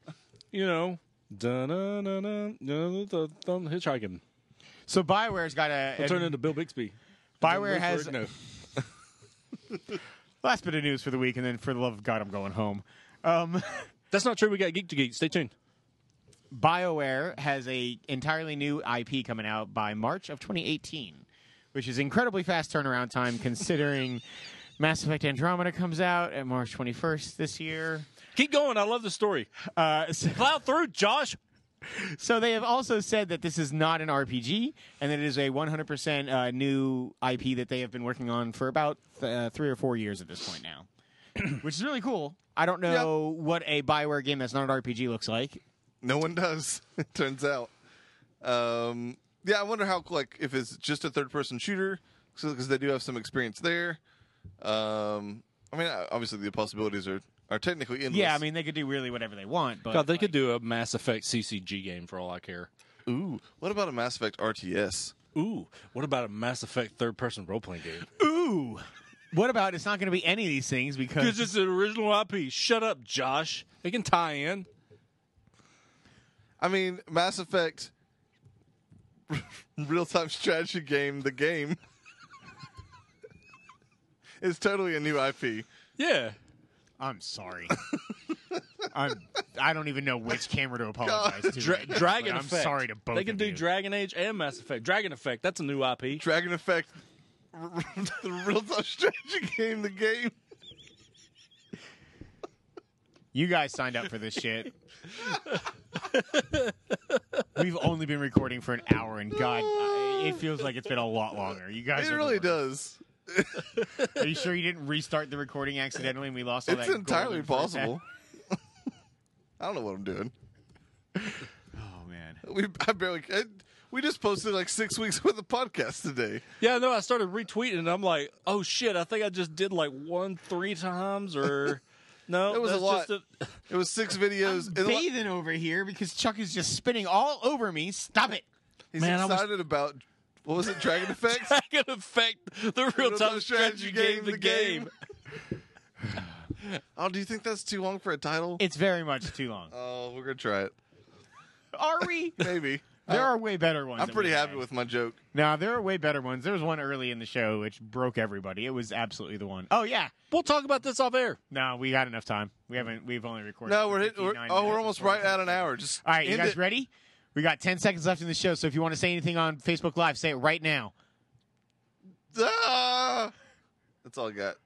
C: you know. Dun-dun-dun-dun, dun-dun-dun, hitchhiking.
A: So Bioware's got a.
C: I'll turn into Bill Bixby.
A: Bioware has
C: no.
A: last bit of news for the week, and then for the love of God, I'm going home. Um,
C: That's not true. We got Geek to Geek. Stay tuned.
A: BioWare has a entirely new IP coming out by March of 2018, which is incredibly fast turnaround time considering Mass Effect Andromeda comes out at March 21st this year.
C: Keep going. I love the story.
A: Uh, so,
C: Plow through, Josh.
A: so they have also said that this is not an RPG and that it is a 100% uh, new IP that they have been working on for about uh, three or four years at this point now, which is really cool. I don't know what a Bioware game that's not an RPG looks like.
B: No one does. [LAUGHS] It turns out. Um, yeah, I wonder how like if it's just a third-person shooter because they do have some experience there. Um, I mean, I- obviously the possibilities are are technically endless.
A: Yeah, I mean, they could do really whatever they want. But
C: God, they
A: like,
C: could do a Mass Effect CCG game for all I care.
B: ooh, what about a Mass Effect RTS?
C: Ooh, what about a Mass Effect third-person role-playing [LAUGHS] game?
A: Ooh. What about it's not going to be any of these things because
C: Because it's an original IP. Shut up, Josh. It can tie in.
B: [LAUGHS] I mean, Mass Effect real time strategy game, The Game, [LAUGHS] is totally a new IP.
C: Yeah.
A: I'm sorry. I'm. I don't even know which camera to apologize to. [LAUGHS]
C: Dra-
A: right now,
C: Dragon
A: but I'm
C: Effect.
A: sorry to both.
C: They can
A: of
C: do
A: you.
C: Dragon Age and Mass Effect. Dragon Effect. That's a new IP.
B: Dragon Effect, [LAUGHS] the real time strategy game, The Game.
A: You guys signed up for this shit. We've only been recording for an hour, and God, I- it feels like it's been a lot longer. You guys,
B: It
A: are the
B: really
A: worst.
B: does.
C: Oh,
A: Are you sure you didn't restart the recording accidentally and we lost all
B: It's
A: that?
B: entirely
A: golden first half?
B: possible. [LAUGHS] I don't know what I'm doing.
A: Oh man,
B: We I barely. I, we just posted like six weeks worth of podcast today.
C: Yeah, no, I started retweeting and I'm like, oh shit, I think I just did like one three times or no.
B: It was a
C: that's
B: lot.
C: just a- [LAUGHS]
B: It was six videos. And a lot-
A: bathing over here because Chuck is just spinning all over me. Stop it.
B: he's
C: Man, I was-
B: excited about what was it? Dragon
C: [LAUGHS]
B: Effect.
C: Dragon Effect, the real time
B: Real-time
C: strategy game, the game.
B: oh, do you think that's too long for a title?
A: It's very much too long.
B: oh, we're gonna try it.
A: Are we? [LAUGHS]
B: Maybe.
A: There
B: Oh,
A: are way better ones.
B: I'm
A: that
B: pretty
A: we've
B: happy
A: had.
B: with my joke.
A: No, there are way better ones. There was one early in the show which broke everybody. It was absolutely the one. Oh yeah.
C: We'll talk about this off air.
A: No, we got enough time. We haven't. We've only recorded.
B: No,
A: for
B: we're hit. We're,
A: 59
B: oh,
A: minutes
B: we're
A: and
B: almost
A: 40
B: right at an hour. Just
A: All right, you
B: end
A: guys
B: it.
A: ready? We got 10 seconds left in the show, so if you want to say anything on Facebook Live, say it right now.
B: Ah! [LAUGHS] That's all I got.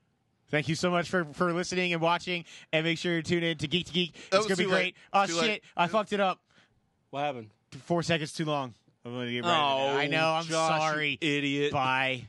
A: Thank you so much for, for listening and watching, and make sure you tune in to Geek to Geek. it's
B: That was
A: going to be
B: too
A: great.
B: late.
A: Oh,
B: Too
A: shit.
B: late.
A: I fucked it up.
C: What happened?
A: Four seconds too long. I'm gonna get right
C: Oh,
A: on it. I know. I'm
C: Josh, you
A: sorry.
C: idiot.
A: Bye.